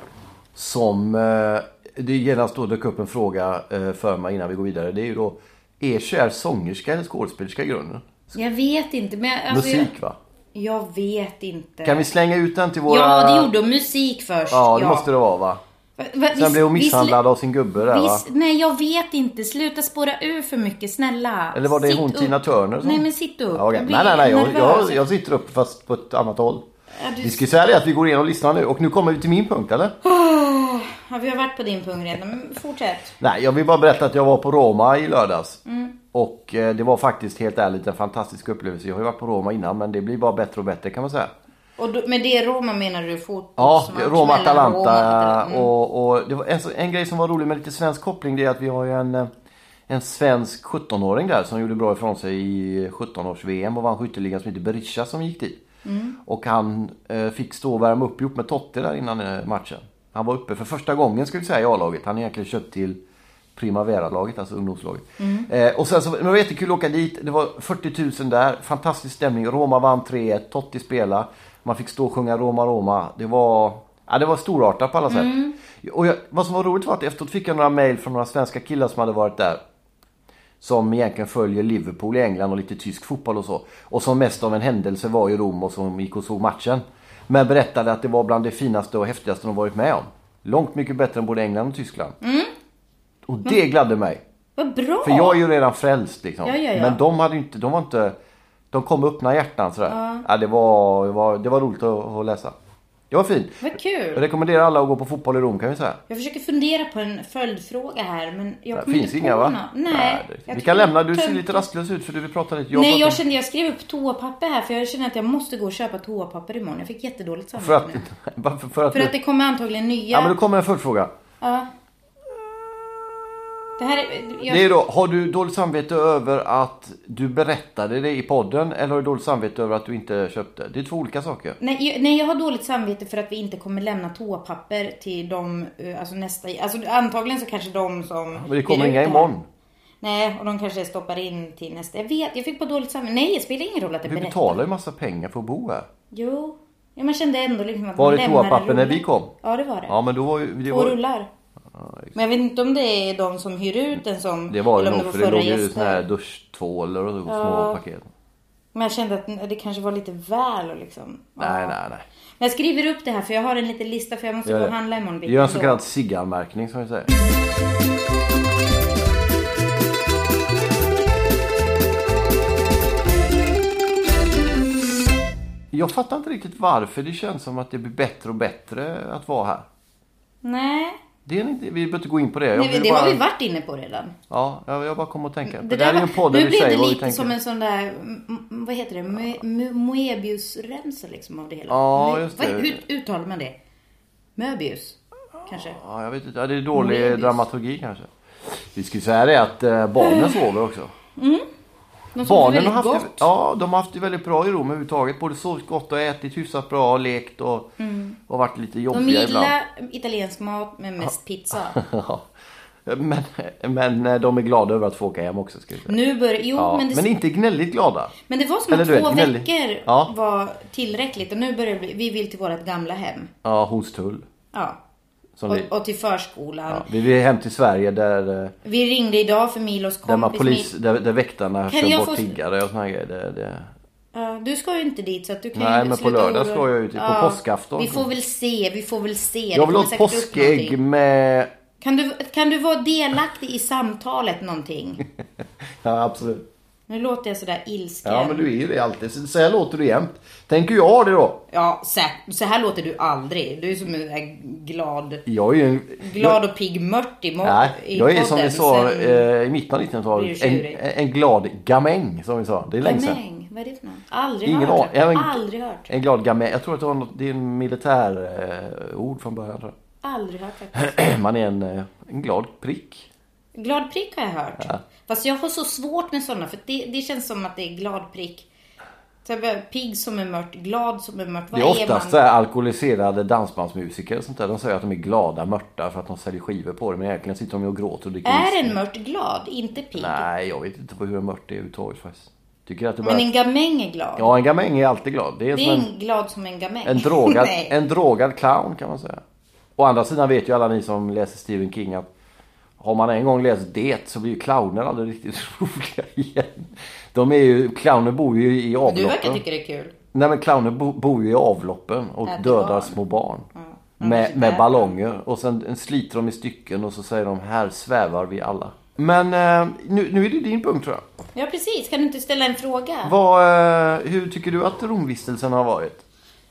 Speaker 2: Som eh, det genast då dök upp en fråga eh, för mig innan vi går vidare. Det är ju då, är Cher sångerska eller skådespelerska i grunden?
Speaker 1: Jag vet inte men jag- alltså, jag,
Speaker 2: Musik va?
Speaker 1: jag vet inte.
Speaker 2: Kan vi slänga ut den till våra...
Speaker 1: Ja, det gjorde hon. Musik först.
Speaker 2: Ja, det måste det vara va?
Speaker 1: Va- va-
Speaker 2: Sen
Speaker 1: visst-
Speaker 2: blev hon
Speaker 1: visst-
Speaker 2: misshandlad av sin gubbe där va?
Speaker 1: Visst, nej, jag vet inte. Sluta spåra ur för mycket, snälla.
Speaker 2: Eller var det
Speaker 1: Sitt
Speaker 2: hon
Speaker 1: upp.
Speaker 2: Tina Turner som...
Speaker 1: Nej, men sitt upp.
Speaker 2: Ja, okej.
Speaker 1: Jag blir
Speaker 2: Nej, nej, nej. Jag,
Speaker 1: nervös.
Speaker 2: jag, jag sitter upp fast på ett annat håll.
Speaker 1: Ja, du-
Speaker 2: Vi ska ju säga det att vi går igenom listan nu och nu kommer vi till min
Speaker 1: [LAUGHS]
Speaker 2: punkt eller?
Speaker 1: Ja, vi har varit på din punkt redan, men fortsätt.
Speaker 2: Nej, jag vill bara berätta att jag var på Roma i lördags.
Speaker 1: Mm.
Speaker 2: Och eh, det var faktiskt helt ärligt en fantastisk upplevelse. Jag har ju varit på Roma innan men det blir bara bättre och bättre kan man säga.
Speaker 1: Och då, med det Roma menar du fotbollsmatch?
Speaker 2: Ja, Roma,
Speaker 1: mellan
Speaker 2: Atalanta eh, Mm.
Speaker 1: Roma och-
Speaker 2: och, och det var en, en grej som var rolig med lite svensk koppling det är att vi har ju en, eh, en svensk 17-åring där som gjorde bra ifrån sig i 17-års-VM och vann skytteligan som heter Berisha som gick dit. Och han eh, fick stå och värma upp ihop med Totte där innan eh, matchen. Han var uppe för första gången skulle jag säga i A-laget. Han är egentligen köpt till Primavera-laget, alltså ungdomslaget. Eh, och sen så, men det var jättekul att åka dit. Det var 40 000 där. Fantastisk stämning. Roma vann 3-1. Totti spelade. Man fick stå och sjunga Roma, Roma. Det var, ja, det var storartat på alla sätt. Och jag, vad som var roligt var att efteråt fick jag några mejl från några svenska killar som hade varit där. Som egentligen följer Liverpool i England och lite tysk fotboll och så. Och som mest av en händelse var i Rom och som gick och såg matchen. Men berättade att det var bland det finaste och häftigaste de varit med om. Långt mycket bättre än både England och Tyskland. Och det gladde mig.
Speaker 1: Vad bra!
Speaker 2: För jag är ju redan frälst liksom.
Speaker 1: Ja, ja, ja.
Speaker 2: Men de hade ju inte, de var inte, de kom med öppna hjärtan sådär. Ja. det, var, det, var, det var roligt att, att läsa. Det var fint.
Speaker 1: Vad kul!
Speaker 2: Jag rekommenderar alla att gå på fotboll i Rom kan vi säga.
Speaker 1: Jag försöker fundera på en följdfråga här, men jag
Speaker 2: Det
Speaker 1: kommer
Speaker 2: finns
Speaker 1: inte
Speaker 2: inga
Speaker 1: på
Speaker 2: va?
Speaker 1: något. Nej.
Speaker 2: det,
Speaker 1: jag tycker
Speaker 2: vi kan
Speaker 1: det är
Speaker 2: lämna, du ser
Speaker 1: tönt.
Speaker 2: lite rastlös ut för du vill prata lite.
Speaker 1: Nej,
Speaker 2: pratar-
Speaker 1: jag kände jag skrev upp toapapper här för jag känner att jag måste gå och köpa toapapper imorgon. Jag fick jättedåligt
Speaker 2: För att, [LAUGHS]
Speaker 1: samvete nu.
Speaker 2: varför, för att,
Speaker 1: För att det kommer antagligen nya.
Speaker 2: Ja men då kommer en följdfråga.
Speaker 1: Ja. Det här är... Jag...
Speaker 2: Det är då, har du dåligt samvete över att du berättade det i podden eller har du dåligt samvete över att du inte köpte? Det är två olika saker.
Speaker 1: Nej, jag, nej, jag har dåligt samvete för att vi inte kommer lämna toapapper till de, eh, alltså nästa, alltså antagligen så kanske de som...
Speaker 2: Men det
Speaker 1: delar
Speaker 2: kommer
Speaker 1: ut
Speaker 2: inga
Speaker 1: här.
Speaker 2: imorgon.
Speaker 1: Nej, och de kanske stoppar in till nästa. Jag vet, jag fick bara dåligt samvete. Nej, det spelar ingen roll att det
Speaker 2: Vi
Speaker 1: berättar.
Speaker 2: betalar ju massa pengar för att bo här.
Speaker 1: Jo. Ja, man kände ändå liksom att
Speaker 2: Var
Speaker 1: man
Speaker 2: det
Speaker 1: lämnar en
Speaker 2: toapapper när
Speaker 1: rulle.
Speaker 2: vi kom?
Speaker 1: Ja, det var det.
Speaker 2: Ja men då var ju... Det
Speaker 1: Två
Speaker 2: var,
Speaker 1: rullar. Men jag vet inte om det är de som hyr ut den som...
Speaker 2: det var det
Speaker 1: eller om
Speaker 2: nog för det
Speaker 1: förra
Speaker 2: låg ju
Speaker 1: gäster.
Speaker 2: såna här duschtvålar och små paket.
Speaker 1: Men jag kände att det kanske var lite väl och liksom... Ja.
Speaker 2: Nej nej nej.
Speaker 1: Men jag skriver upp det här för jag har en liten lista för jag måste
Speaker 2: Gör
Speaker 1: gå
Speaker 2: det.
Speaker 1: och handla imorgon bitti
Speaker 2: Gör en så
Speaker 1: ändå.
Speaker 2: kallad cigganmärkning som vi säger. Jag fattar inte riktigt varför det känns som att det blir bättre och bättre att vara här.
Speaker 1: Nej.
Speaker 2: Det är inte, vi behöver inte gå in på det. Jag
Speaker 1: Nej,
Speaker 2: vill
Speaker 1: det
Speaker 2: bara,
Speaker 1: har vi varit inne på redan.
Speaker 2: Ja, jag, jag bara kom att tänka. Det,
Speaker 1: Det
Speaker 2: där är ju
Speaker 1: var-
Speaker 2: en podd där
Speaker 1: nu
Speaker 2: vi
Speaker 1: blev
Speaker 2: säger
Speaker 1: det
Speaker 2: vad vi
Speaker 1: lite
Speaker 2: tänker.
Speaker 1: som en sån där, m- m- vad heter det, Mo- Mo- Moebius-remsa liksom av det hela.
Speaker 2: Ja,
Speaker 1: Mo-
Speaker 2: just
Speaker 1: vad-
Speaker 2: det.
Speaker 1: Hur uttalar man det? Möbius? Kanske?
Speaker 2: Ja, jag vet inte. Ja, det är dålig
Speaker 1: Moebius.
Speaker 2: dramaturgi kanske. Vi ska ju säga det att
Speaker 1: [LAUGHS]
Speaker 2: eh, barnen sover också.
Speaker 1: De sover
Speaker 2: Barnen har
Speaker 1: väldigt
Speaker 2: haft, det,
Speaker 1: gott.
Speaker 2: ja, de har haft det väldigt bra i Rom överhuvudtaget. Både sovit gott och ätit hyfsat bra och lekt och, och varit lite
Speaker 1: Mm. De
Speaker 2: jobbiga ibland. [LAUGHS]
Speaker 1: gillar italiensk mat men mest pizza.
Speaker 2: Ja. men, men eh, de är glada över att få åka hem också. Ska jag säga.
Speaker 1: Nu börjar, jo
Speaker 2: Ja,
Speaker 1: Mm, men, det,
Speaker 2: men
Speaker 1: men,
Speaker 2: inte gnälligt glada.
Speaker 1: det var som att
Speaker 2: eller du vet,
Speaker 1: två
Speaker 2: gnällig.
Speaker 1: veckor
Speaker 2: Ja.
Speaker 1: var tillräckligt och nu börjar det bli, vi vill till vårt gamla hem.
Speaker 2: Ja, hos tull.
Speaker 1: Ja.
Speaker 2: Som
Speaker 1: Och,
Speaker 2: vi,
Speaker 1: och till förskolan.
Speaker 2: ja, vi vill hem till Sverige där, eh,
Speaker 1: Vi ringde idag för Milos
Speaker 2: där, man
Speaker 1: kompis.
Speaker 2: polis,
Speaker 1: Mil-
Speaker 2: där, där väktarna kör
Speaker 1: jag
Speaker 2: bort
Speaker 1: få-
Speaker 2: tiggare och såna här grejer. Det, det.
Speaker 1: Ja, du ska ju inte dit så att du kan
Speaker 2: Nej,
Speaker 1: ju
Speaker 2: men på
Speaker 1: sluta
Speaker 2: lördag
Speaker 1: oroa-
Speaker 2: ska jag ju till- på påskafton.
Speaker 1: Vi får väl se, vi får väl se. Det
Speaker 2: Jag vill
Speaker 1: kommer
Speaker 2: ha ett
Speaker 1: säkert upp
Speaker 2: påskägg
Speaker 1: någonting.
Speaker 2: med...
Speaker 1: Kan du, kan du vara delaktig i samtalet någonting?
Speaker 2: Ja, absolut.
Speaker 1: Nu låter jag sådär ilsken.
Speaker 2: Ja, men du är ju det alltid. Så så här låter du jämt. Tänker jag det då.
Speaker 1: Ja, så, så här låter du aldrig. Du är som en sån här glad,
Speaker 2: Jag är ju en...
Speaker 1: glad och pigg mört i, mo-
Speaker 2: Nej,
Speaker 1: i
Speaker 2: jag är som
Speaker 1: podden.
Speaker 2: vi sa
Speaker 1: Sen-
Speaker 2: eh, i mitten av
Speaker 1: blir
Speaker 2: 1900-talet.
Speaker 1: du
Speaker 2: En,
Speaker 1: tjurig.
Speaker 2: en glad gamäng som vi sa. Det är länge sedan.
Speaker 1: Gamäng, vad är det för något? Aldrig
Speaker 2: Ingen
Speaker 1: hört.
Speaker 2: aning. Ja, men- Eh.
Speaker 1: Aldrig hört.
Speaker 2: En glad gamäng. Jag tror att det, var något, det är en militär eh, ord från början. Tror
Speaker 1: Aldrig hört faktiskt.
Speaker 2: jag. [CLEARS THROAT] Man är en, eh, en glad prick.
Speaker 1: Glad prick har jag hört. Fast jag har så svårt med sådana för det, det känns som att det är glad prick. Så jag bara, pigg som är mört, glad som är mört. Vad
Speaker 2: Det är oftast så
Speaker 1: man?
Speaker 2: här alkoholiserade dansbandsmusiker och sånt där. De säger att de är glada mörtar för att de säljer skivor på det. Men egentligen sitter de ju och gråter och dricker
Speaker 1: Är
Speaker 2: whisky.
Speaker 1: en mört glad? Inte pigg.
Speaker 2: Nej, jag vet inte hur en mört är överhuvudtaget faktiskt. Tycker att det bara...
Speaker 1: Men en gamäng är glad.
Speaker 2: Ja, en gamäng är alltid glad. Det är
Speaker 1: det
Speaker 2: som
Speaker 1: är
Speaker 2: en...
Speaker 1: en glad som en gamäng.
Speaker 2: En drogad,
Speaker 1: [LAUGHS] Nej.
Speaker 2: en drogad clown kan man säga. Å andra sidan vet ju alla ni som läser Stephen King att har man en gång läst det så blir ju clowner aldrig riktigt [LAUGHS] roliga igen. De är ju, clowner bor ju i
Speaker 1: Du verkar
Speaker 2: avloppen.
Speaker 1: tycka det är kul.
Speaker 2: Nej men clowner bo, bor ju i avloppen och
Speaker 1: Äter
Speaker 2: dödar
Speaker 1: barn.
Speaker 2: små barn. med, med ballonger. Och sen sliter de i stycken och så säger de här svävar vi alla. Men eh, nu, nu är det din punkt tror jag.
Speaker 1: Ja, precis. Kan du inte ställa en fråga?
Speaker 2: Vad, eh, hur tycker du att Romvistelsen har varit?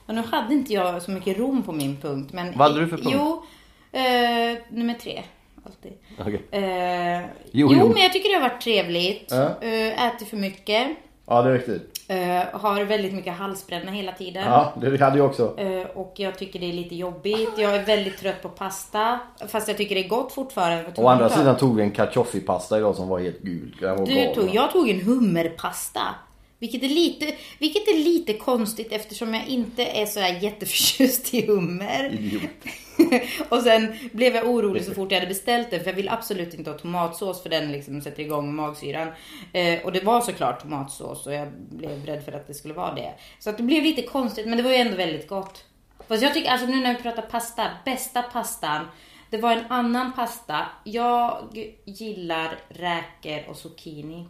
Speaker 1: Ja, nu hade inte jag så mycket Rom på min punkt. Men
Speaker 2: Vad hade du för punkt?
Speaker 1: Jo, eh, nummer tre. Alltid.
Speaker 2: Okej.
Speaker 1: Eh,
Speaker 2: Jo,
Speaker 1: jo,
Speaker 2: jo.
Speaker 1: men jag tycker det har varit trevligt.
Speaker 2: Ja.
Speaker 1: Eh, äter för mycket.
Speaker 2: Ja, det är riktigt.
Speaker 1: Eh, har väldigt mycket halsbränna hela tiden.
Speaker 2: det hade jag också.
Speaker 1: Eh, och jag tycker det är lite jobbigt. Jag är väldigt trött på pasta. Fast jag tycker det är gott fortfarande. Vad tog
Speaker 2: Å andra
Speaker 1: du då?
Speaker 2: sidan tog vi en cacioffi-pasta idag som var helt gul. Den var
Speaker 1: Du
Speaker 2: galen.
Speaker 1: tog, jag tog en hummerpasta. Vilket är, lite, vilket är lite konstigt eftersom jag inte är så här jätteförtjust i hummer.
Speaker 2: Idiot.
Speaker 1: [LAUGHS] och sen blev jag orolig så fort jag hade beställt den för jag vill absolut inte ha tomatsås för den liksom sätter igång magsyran. Eh, och det var såklart tomatsås och jag blev rädd för att det skulle vara det. Så att det blev lite konstigt men det var ju ändå väldigt gott. Fast jag tycker, alltså nu när vi pratar pasta, bästa pastan. Det var en annan pasta. Jag gillar räkor och zucchini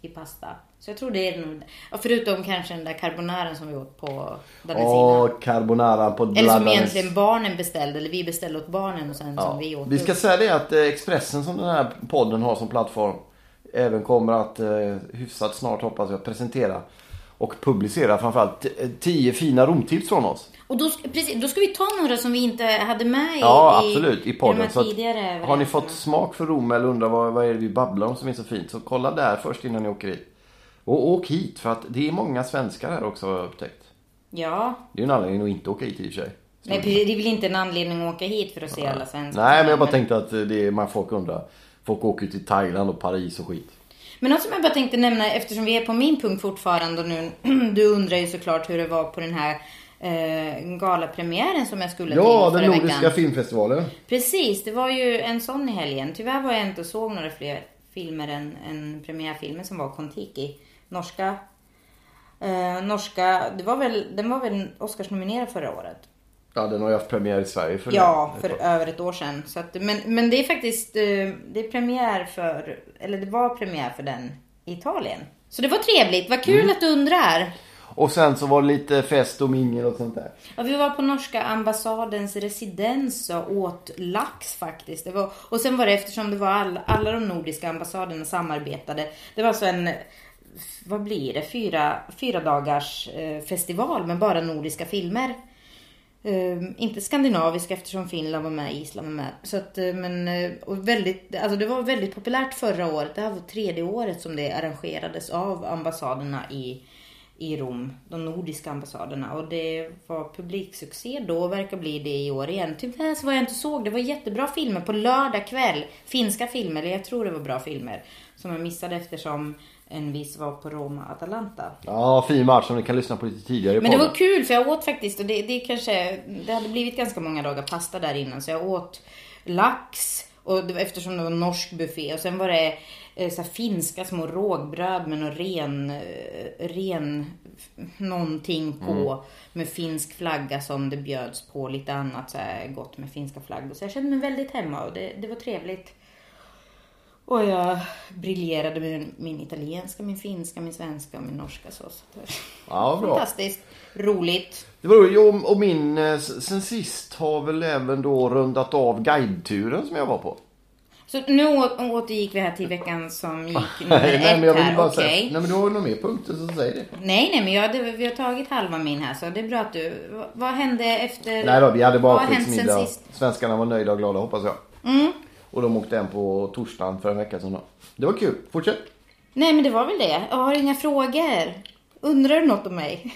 Speaker 1: i pasta. Så jag tror det är den, ja, förutom kanske den där carbonaren som vi åt på Danesina.
Speaker 2: Och carbonara på
Speaker 1: Eller som
Speaker 2: Bladdanes.
Speaker 1: egentligen barnen beställde, eller vi beställde åt barnen och sen som vi åt
Speaker 2: Vi ska
Speaker 1: upp.
Speaker 2: säga det att eh, Expressen som den här podden har som plattform även kommer att eh, hyfsat snart hoppas jag presentera och publicera framförallt t- eh, tio fina romtips från oss.
Speaker 1: Och då, ska- precis, då ska vi ta några som vi inte hade med i,
Speaker 2: Ja
Speaker 1: i,
Speaker 2: absolut i
Speaker 1: i de
Speaker 2: podden.
Speaker 1: här
Speaker 2: Så att,
Speaker 1: tidigare överenskommelserna.
Speaker 2: har ni fått smak för Rom eller undrar vad, vad är det vi babblar om som är så fint så kolla där först innan ni åker hit. Och åk hit för att det är många svenskar här också har jag upptäckt.
Speaker 1: Ja.
Speaker 2: Det är ju en anledning att inte åka hit i och för sig.
Speaker 1: Nej, det är väl inte en anledning att åka hit för att se alla svenskar.
Speaker 2: Nej men jag bara tänkte att eh, det är, man folk undrar. Folk åker ju till Thailand och Paris och skit.
Speaker 1: Men något som jag bara tänkte nämna eftersom vi är på min punkt fortfarande och nu, [CLEARS THROAT] du undrar ju såklart hur det var på den här eh, galapremiären som jag skulle
Speaker 2: Ja,
Speaker 1: till
Speaker 2: den
Speaker 1: förra
Speaker 2: nordiska
Speaker 1: veckan.
Speaker 2: filmfestivalen.
Speaker 1: Precis, det var ju en sån i helgen. Tyvärr var jag inte och såg några fler filmer än, än premiärfilmen som var Kontiki. Norska. Eh, norska, det var väl, den var väl Oscarsnominerad förra året?
Speaker 2: Ja, den har ju haft premiär i Sverige för
Speaker 1: Ja,
Speaker 2: det.
Speaker 1: för över ett år sedan. Så att, men, men det är faktiskt eh, det är premiär för, eller det var premiär för den i Italien. Så det var trevligt, vad kul att du undrar.
Speaker 2: Och sen så var det lite fest och mingel och sånt där.
Speaker 1: Ja, vi var på norska ambassadens residens och åt lax faktiskt. Det var, och sen var det eftersom det var all, alla de nordiska ambassaderna samarbetade. Det var så en, vad blir det, fyra, fyra dagars eh, festival med bara nordiska filmer. Ehm, inte skandinaviska eftersom Finland var med, Island var med. Så att, eh, men, eh, och väldigt, alltså det var väldigt populärt förra året. Det här var tredje året som det arrangerades av ambassaderna i, i Rom. De nordiska ambassaderna. Och det var publiksuccé då och verkar bli det i år igen. Tyvärr så var jag inte och såg. Det var jättebra filmer på lördag kväll. Finska filmer, eller jag tror det var bra filmer. Som jag missade eftersom en viss var på Roma Atalanta.
Speaker 2: Ja, fin match som ni kan lyssna på lite tidigare i
Speaker 1: Men det
Speaker 2: podden.
Speaker 1: var kul för jag åt faktiskt och det, det kanske, det hade blivit ganska många dagar pasta där innan så jag åt lax och det, var- eftersom det var norsk buffé och sen var det eh, så här, finska små rågbröd med någon ren, eh, ren f- någonting på med finsk flagga som det bjöds på lite annat så här, gott med finska flaggor. Så jag kände mig väldigt hemma och det, det var trevligt. Och jag briljerade med min italienska, min finska, min svenska och min norska så. så det-
Speaker 2: Ja, bra.
Speaker 1: Fantastiskt roligt.
Speaker 2: Det var ju, och min, eh, s- sen sist har väl även då rundat av guideturen som jag var på.
Speaker 1: Så nu å- återgick vi här till veckan som
Speaker 2: [LAUGHS]
Speaker 1: gick nummer
Speaker 2: Nej,
Speaker 1: Mm, ett
Speaker 2: men jag vill
Speaker 1: här.
Speaker 2: bara säga,
Speaker 1: Okej.
Speaker 2: nej men du har ju några mer punkter så säg det.
Speaker 1: Nej, nej, men jag, det, vi har tagit halva min här så det är bra att du... Vad, vad hände efter...
Speaker 2: Nej då, vi hade
Speaker 1: Vad
Speaker 2: bara
Speaker 1: har hänt sen
Speaker 2: skitsmiddag.
Speaker 1: sist? Mm.
Speaker 2: Svenskarna var nöjda och glada hoppas jag. Och de åkte hem på torsdagen för en vecka sedan då. Det var kul. Fortsätt.
Speaker 1: Nej, men det var väl det. Jag har inga frågor. Undrar du något om mig?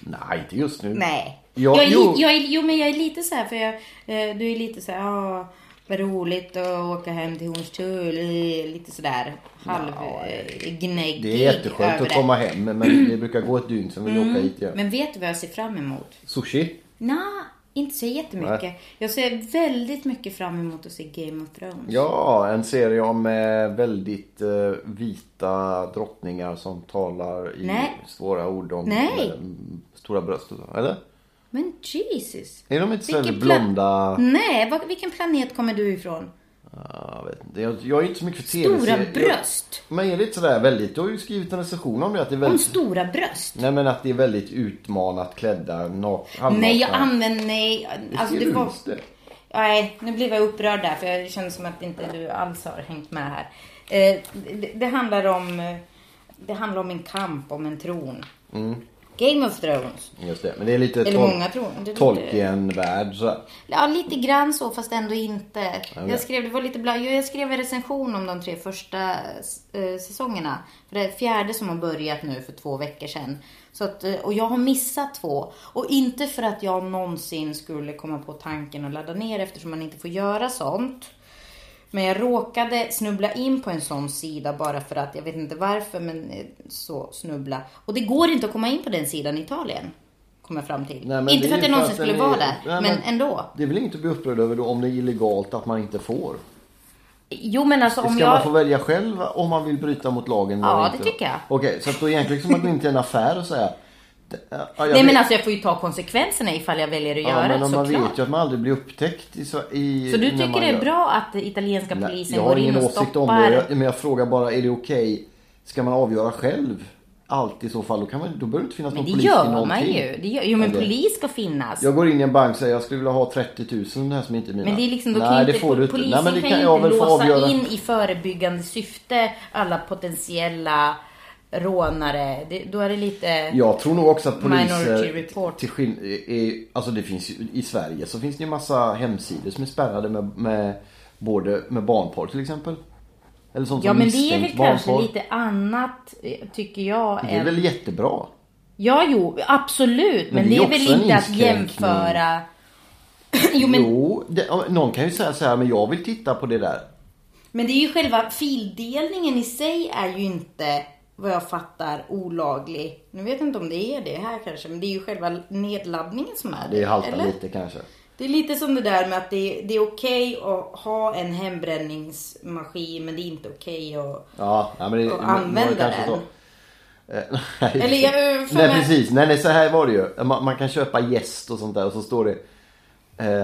Speaker 2: Nej, inte just nu.
Speaker 1: Nej.
Speaker 2: Mm. Ja,
Speaker 1: jag är
Speaker 2: jo.
Speaker 1: jo. jag är, jo, men jag är lite så här för jag, eh, du är lite så här, ja, vad roligt att åka hem till Hornstull. eh, Lite sådär halvgnäggig.
Speaker 2: Det är jätteskönt att komma hem men det brukar gå ett dygn sen vill vi
Speaker 1: Mm.
Speaker 2: åka hit igen.
Speaker 1: Men vet du vad jag ser fram emot?
Speaker 2: Sushi?
Speaker 1: Nej, inte så jättemycket. Jag ser väldigt mycket fram emot att se Game of Thrones.
Speaker 2: Ja, en serie om eh, väldigt eh, vita drottningar som talar i
Speaker 1: Nej.
Speaker 2: svåra ord om
Speaker 1: Nej.
Speaker 2: mm, stora bröst och så. Eller?
Speaker 1: Men Jesus.
Speaker 2: Är de inte så
Speaker 1: Vilken
Speaker 2: väldigt
Speaker 1: pla-
Speaker 2: blonda?
Speaker 1: Nej, vad- vilken planet kommer du ifrån?
Speaker 2: Ja, jag vet inte. Jag, jag är inte så mycket för tv
Speaker 1: Stora bröst.
Speaker 2: Men är det inte sådär väldigt, du har ju skrivit en recension om det att det är
Speaker 1: Om
Speaker 2: väldigt
Speaker 1: stora bröst.
Speaker 2: Nej men att det är väldigt utmanat klädda nak- halvnakna.
Speaker 1: Nej, jag använder... Nej, alltså
Speaker 2: ser
Speaker 1: det
Speaker 2: du
Speaker 1: var...
Speaker 2: visst det.
Speaker 1: Nej, nu blev jag upprörd där för jag känner som att inte du alls har hängt med här. Eh, det, det handlar om... eh, Det handlar om en kamp om en tron. Mm. Game of Thrones.
Speaker 2: Just det. Men det är lite
Speaker 1: Eller
Speaker 2: tol-
Speaker 1: många tror- det är lite-
Speaker 2: Tolkien-värld sådär.
Speaker 1: Ja, lite grann så fast ändå inte.
Speaker 2: Okej.
Speaker 1: Jag, skrev, det var lite bland, jag skrev en recension om de tre första eh, säsongerna. För det är fjärde som har börjat nu för två veckor sedan. Så att, eh, och jag har missat två. Och inte för att jag någonsin skulle komma på tanken att ladda ner eftersom man inte får göra sånt. Men jag råkade snubbla in på en sån sida bara för att, jag vet inte varför, men eh, så snubbla. Och det går inte att komma in på den sidan i Italien. Kommer jag fram till.
Speaker 2: Nej, men
Speaker 1: inte
Speaker 2: det
Speaker 1: för
Speaker 2: är
Speaker 1: att jag
Speaker 2: ju
Speaker 1: någonsin
Speaker 2: för att
Speaker 1: skulle
Speaker 2: den
Speaker 1: vara
Speaker 2: är-
Speaker 1: där, men
Speaker 2: Nej, men-
Speaker 1: ändå.
Speaker 2: Det är väl inget att bli upprörd över då om det är illegalt att man inte får?
Speaker 1: Jo men alltså om
Speaker 2: Ska
Speaker 1: jag...
Speaker 2: man få välja själv om man vill bryta mot lagen eller
Speaker 1: Ja,
Speaker 2: inte?
Speaker 1: det tycker jag.
Speaker 2: Okej, så att då egentligen som att gå in till en affär och säga... "Ja, jag
Speaker 1: Nej
Speaker 2: vet-
Speaker 1: men alltså jag får ju ta konsekvenserna ifall jag väljer att
Speaker 2: Ja,
Speaker 1: göra
Speaker 2: men
Speaker 1: det
Speaker 2: om man
Speaker 1: såklart.
Speaker 2: vet ju att man aldrig blir upptäckt i... Så, i
Speaker 1: Så du
Speaker 2: när
Speaker 1: tycker
Speaker 2: man
Speaker 1: det är
Speaker 2: gör-
Speaker 1: bra att italienska
Speaker 2: Nej,
Speaker 1: polisen
Speaker 2: Jag har
Speaker 1: går
Speaker 2: ingen
Speaker 1: in och
Speaker 2: åsikt
Speaker 1: stoppar?
Speaker 2: om det. Jag, men jag frågar bara, är det okej? Ska man avgöra själv? Allt i så fall. Då, kan man, då behöver det inte finnas
Speaker 1: Men
Speaker 2: någon
Speaker 1: det
Speaker 2: polis i
Speaker 1: gör
Speaker 2: någonting.
Speaker 1: man ju. Det gör, jo men
Speaker 2: Eller-
Speaker 1: polis ska finnas.
Speaker 2: Jag går in i en bank och säger jag skulle vilja ha 30 000 det här som inte är mina.
Speaker 1: Men det är liksom, då
Speaker 2: Nej,
Speaker 1: kan ju
Speaker 2: det
Speaker 1: inte,
Speaker 2: får du inte.
Speaker 1: polisen
Speaker 2: Nej, men det
Speaker 1: kan,
Speaker 2: kan
Speaker 1: ju
Speaker 2: jag
Speaker 1: inte
Speaker 2: väl få
Speaker 1: låsa
Speaker 2: avgöra.
Speaker 1: in i förebyggande syfte alla potentiella rånare. Det, då är det lite...
Speaker 2: Jag tror nog också att
Speaker 1: Eh, Minority
Speaker 2: poliser,
Speaker 1: Report.
Speaker 2: till skill- är, alltså det finns ju, i Sverige så finns det ju massa hemsidor som är spärrade med, med både med barnporr till exempel. Eller sånt
Speaker 1: Ja
Speaker 2: som
Speaker 1: men det är väl
Speaker 2: misstänkt
Speaker 1: kanske
Speaker 2: barnporr.
Speaker 1: lite annat eh, tycker jag
Speaker 2: Det är
Speaker 1: än...
Speaker 2: väl jättebra?
Speaker 1: Ja, jo, absolut. Men,
Speaker 2: Men det
Speaker 1: det är
Speaker 2: är också
Speaker 1: väl
Speaker 2: en
Speaker 1: inte att
Speaker 2: inskränkning.
Speaker 1: jämföra... [CLEARS THROAT] jo, men,
Speaker 2: Jo, det, ja, någon kan ju säga så här, men jag vill titta på det där.
Speaker 1: men det är ju själva fildelningen i sig är ju inte, vad jag fattar, olaglig. Nu vet jag inte om det är det här kanske, men det är ju själva nedladdningen som är
Speaker 2: Det haltar
Speaker 1: eller?
Speaker 2: lite kanske.
Speaker 1: Det är lite som det där med att det, det är okej att ha en hembränningsmaskin, men det är inte okej att...
Speaker 2: Ja, nej, men det,
Speaker 1: Och
Speaker 2: men- men det var
Speaker 1: använda
Speaker 2: kanske
Speaker 1: den.
Speaker 2: så. Eh, [LAUGHS] nej,
Speaker 1: Eller, jag- för
Speaker 2: nej
Speaker 1: mig-
Speaker 2: precis, nej, nej så här var det ju. Man, man kan köpa jäst och sånt där och så står det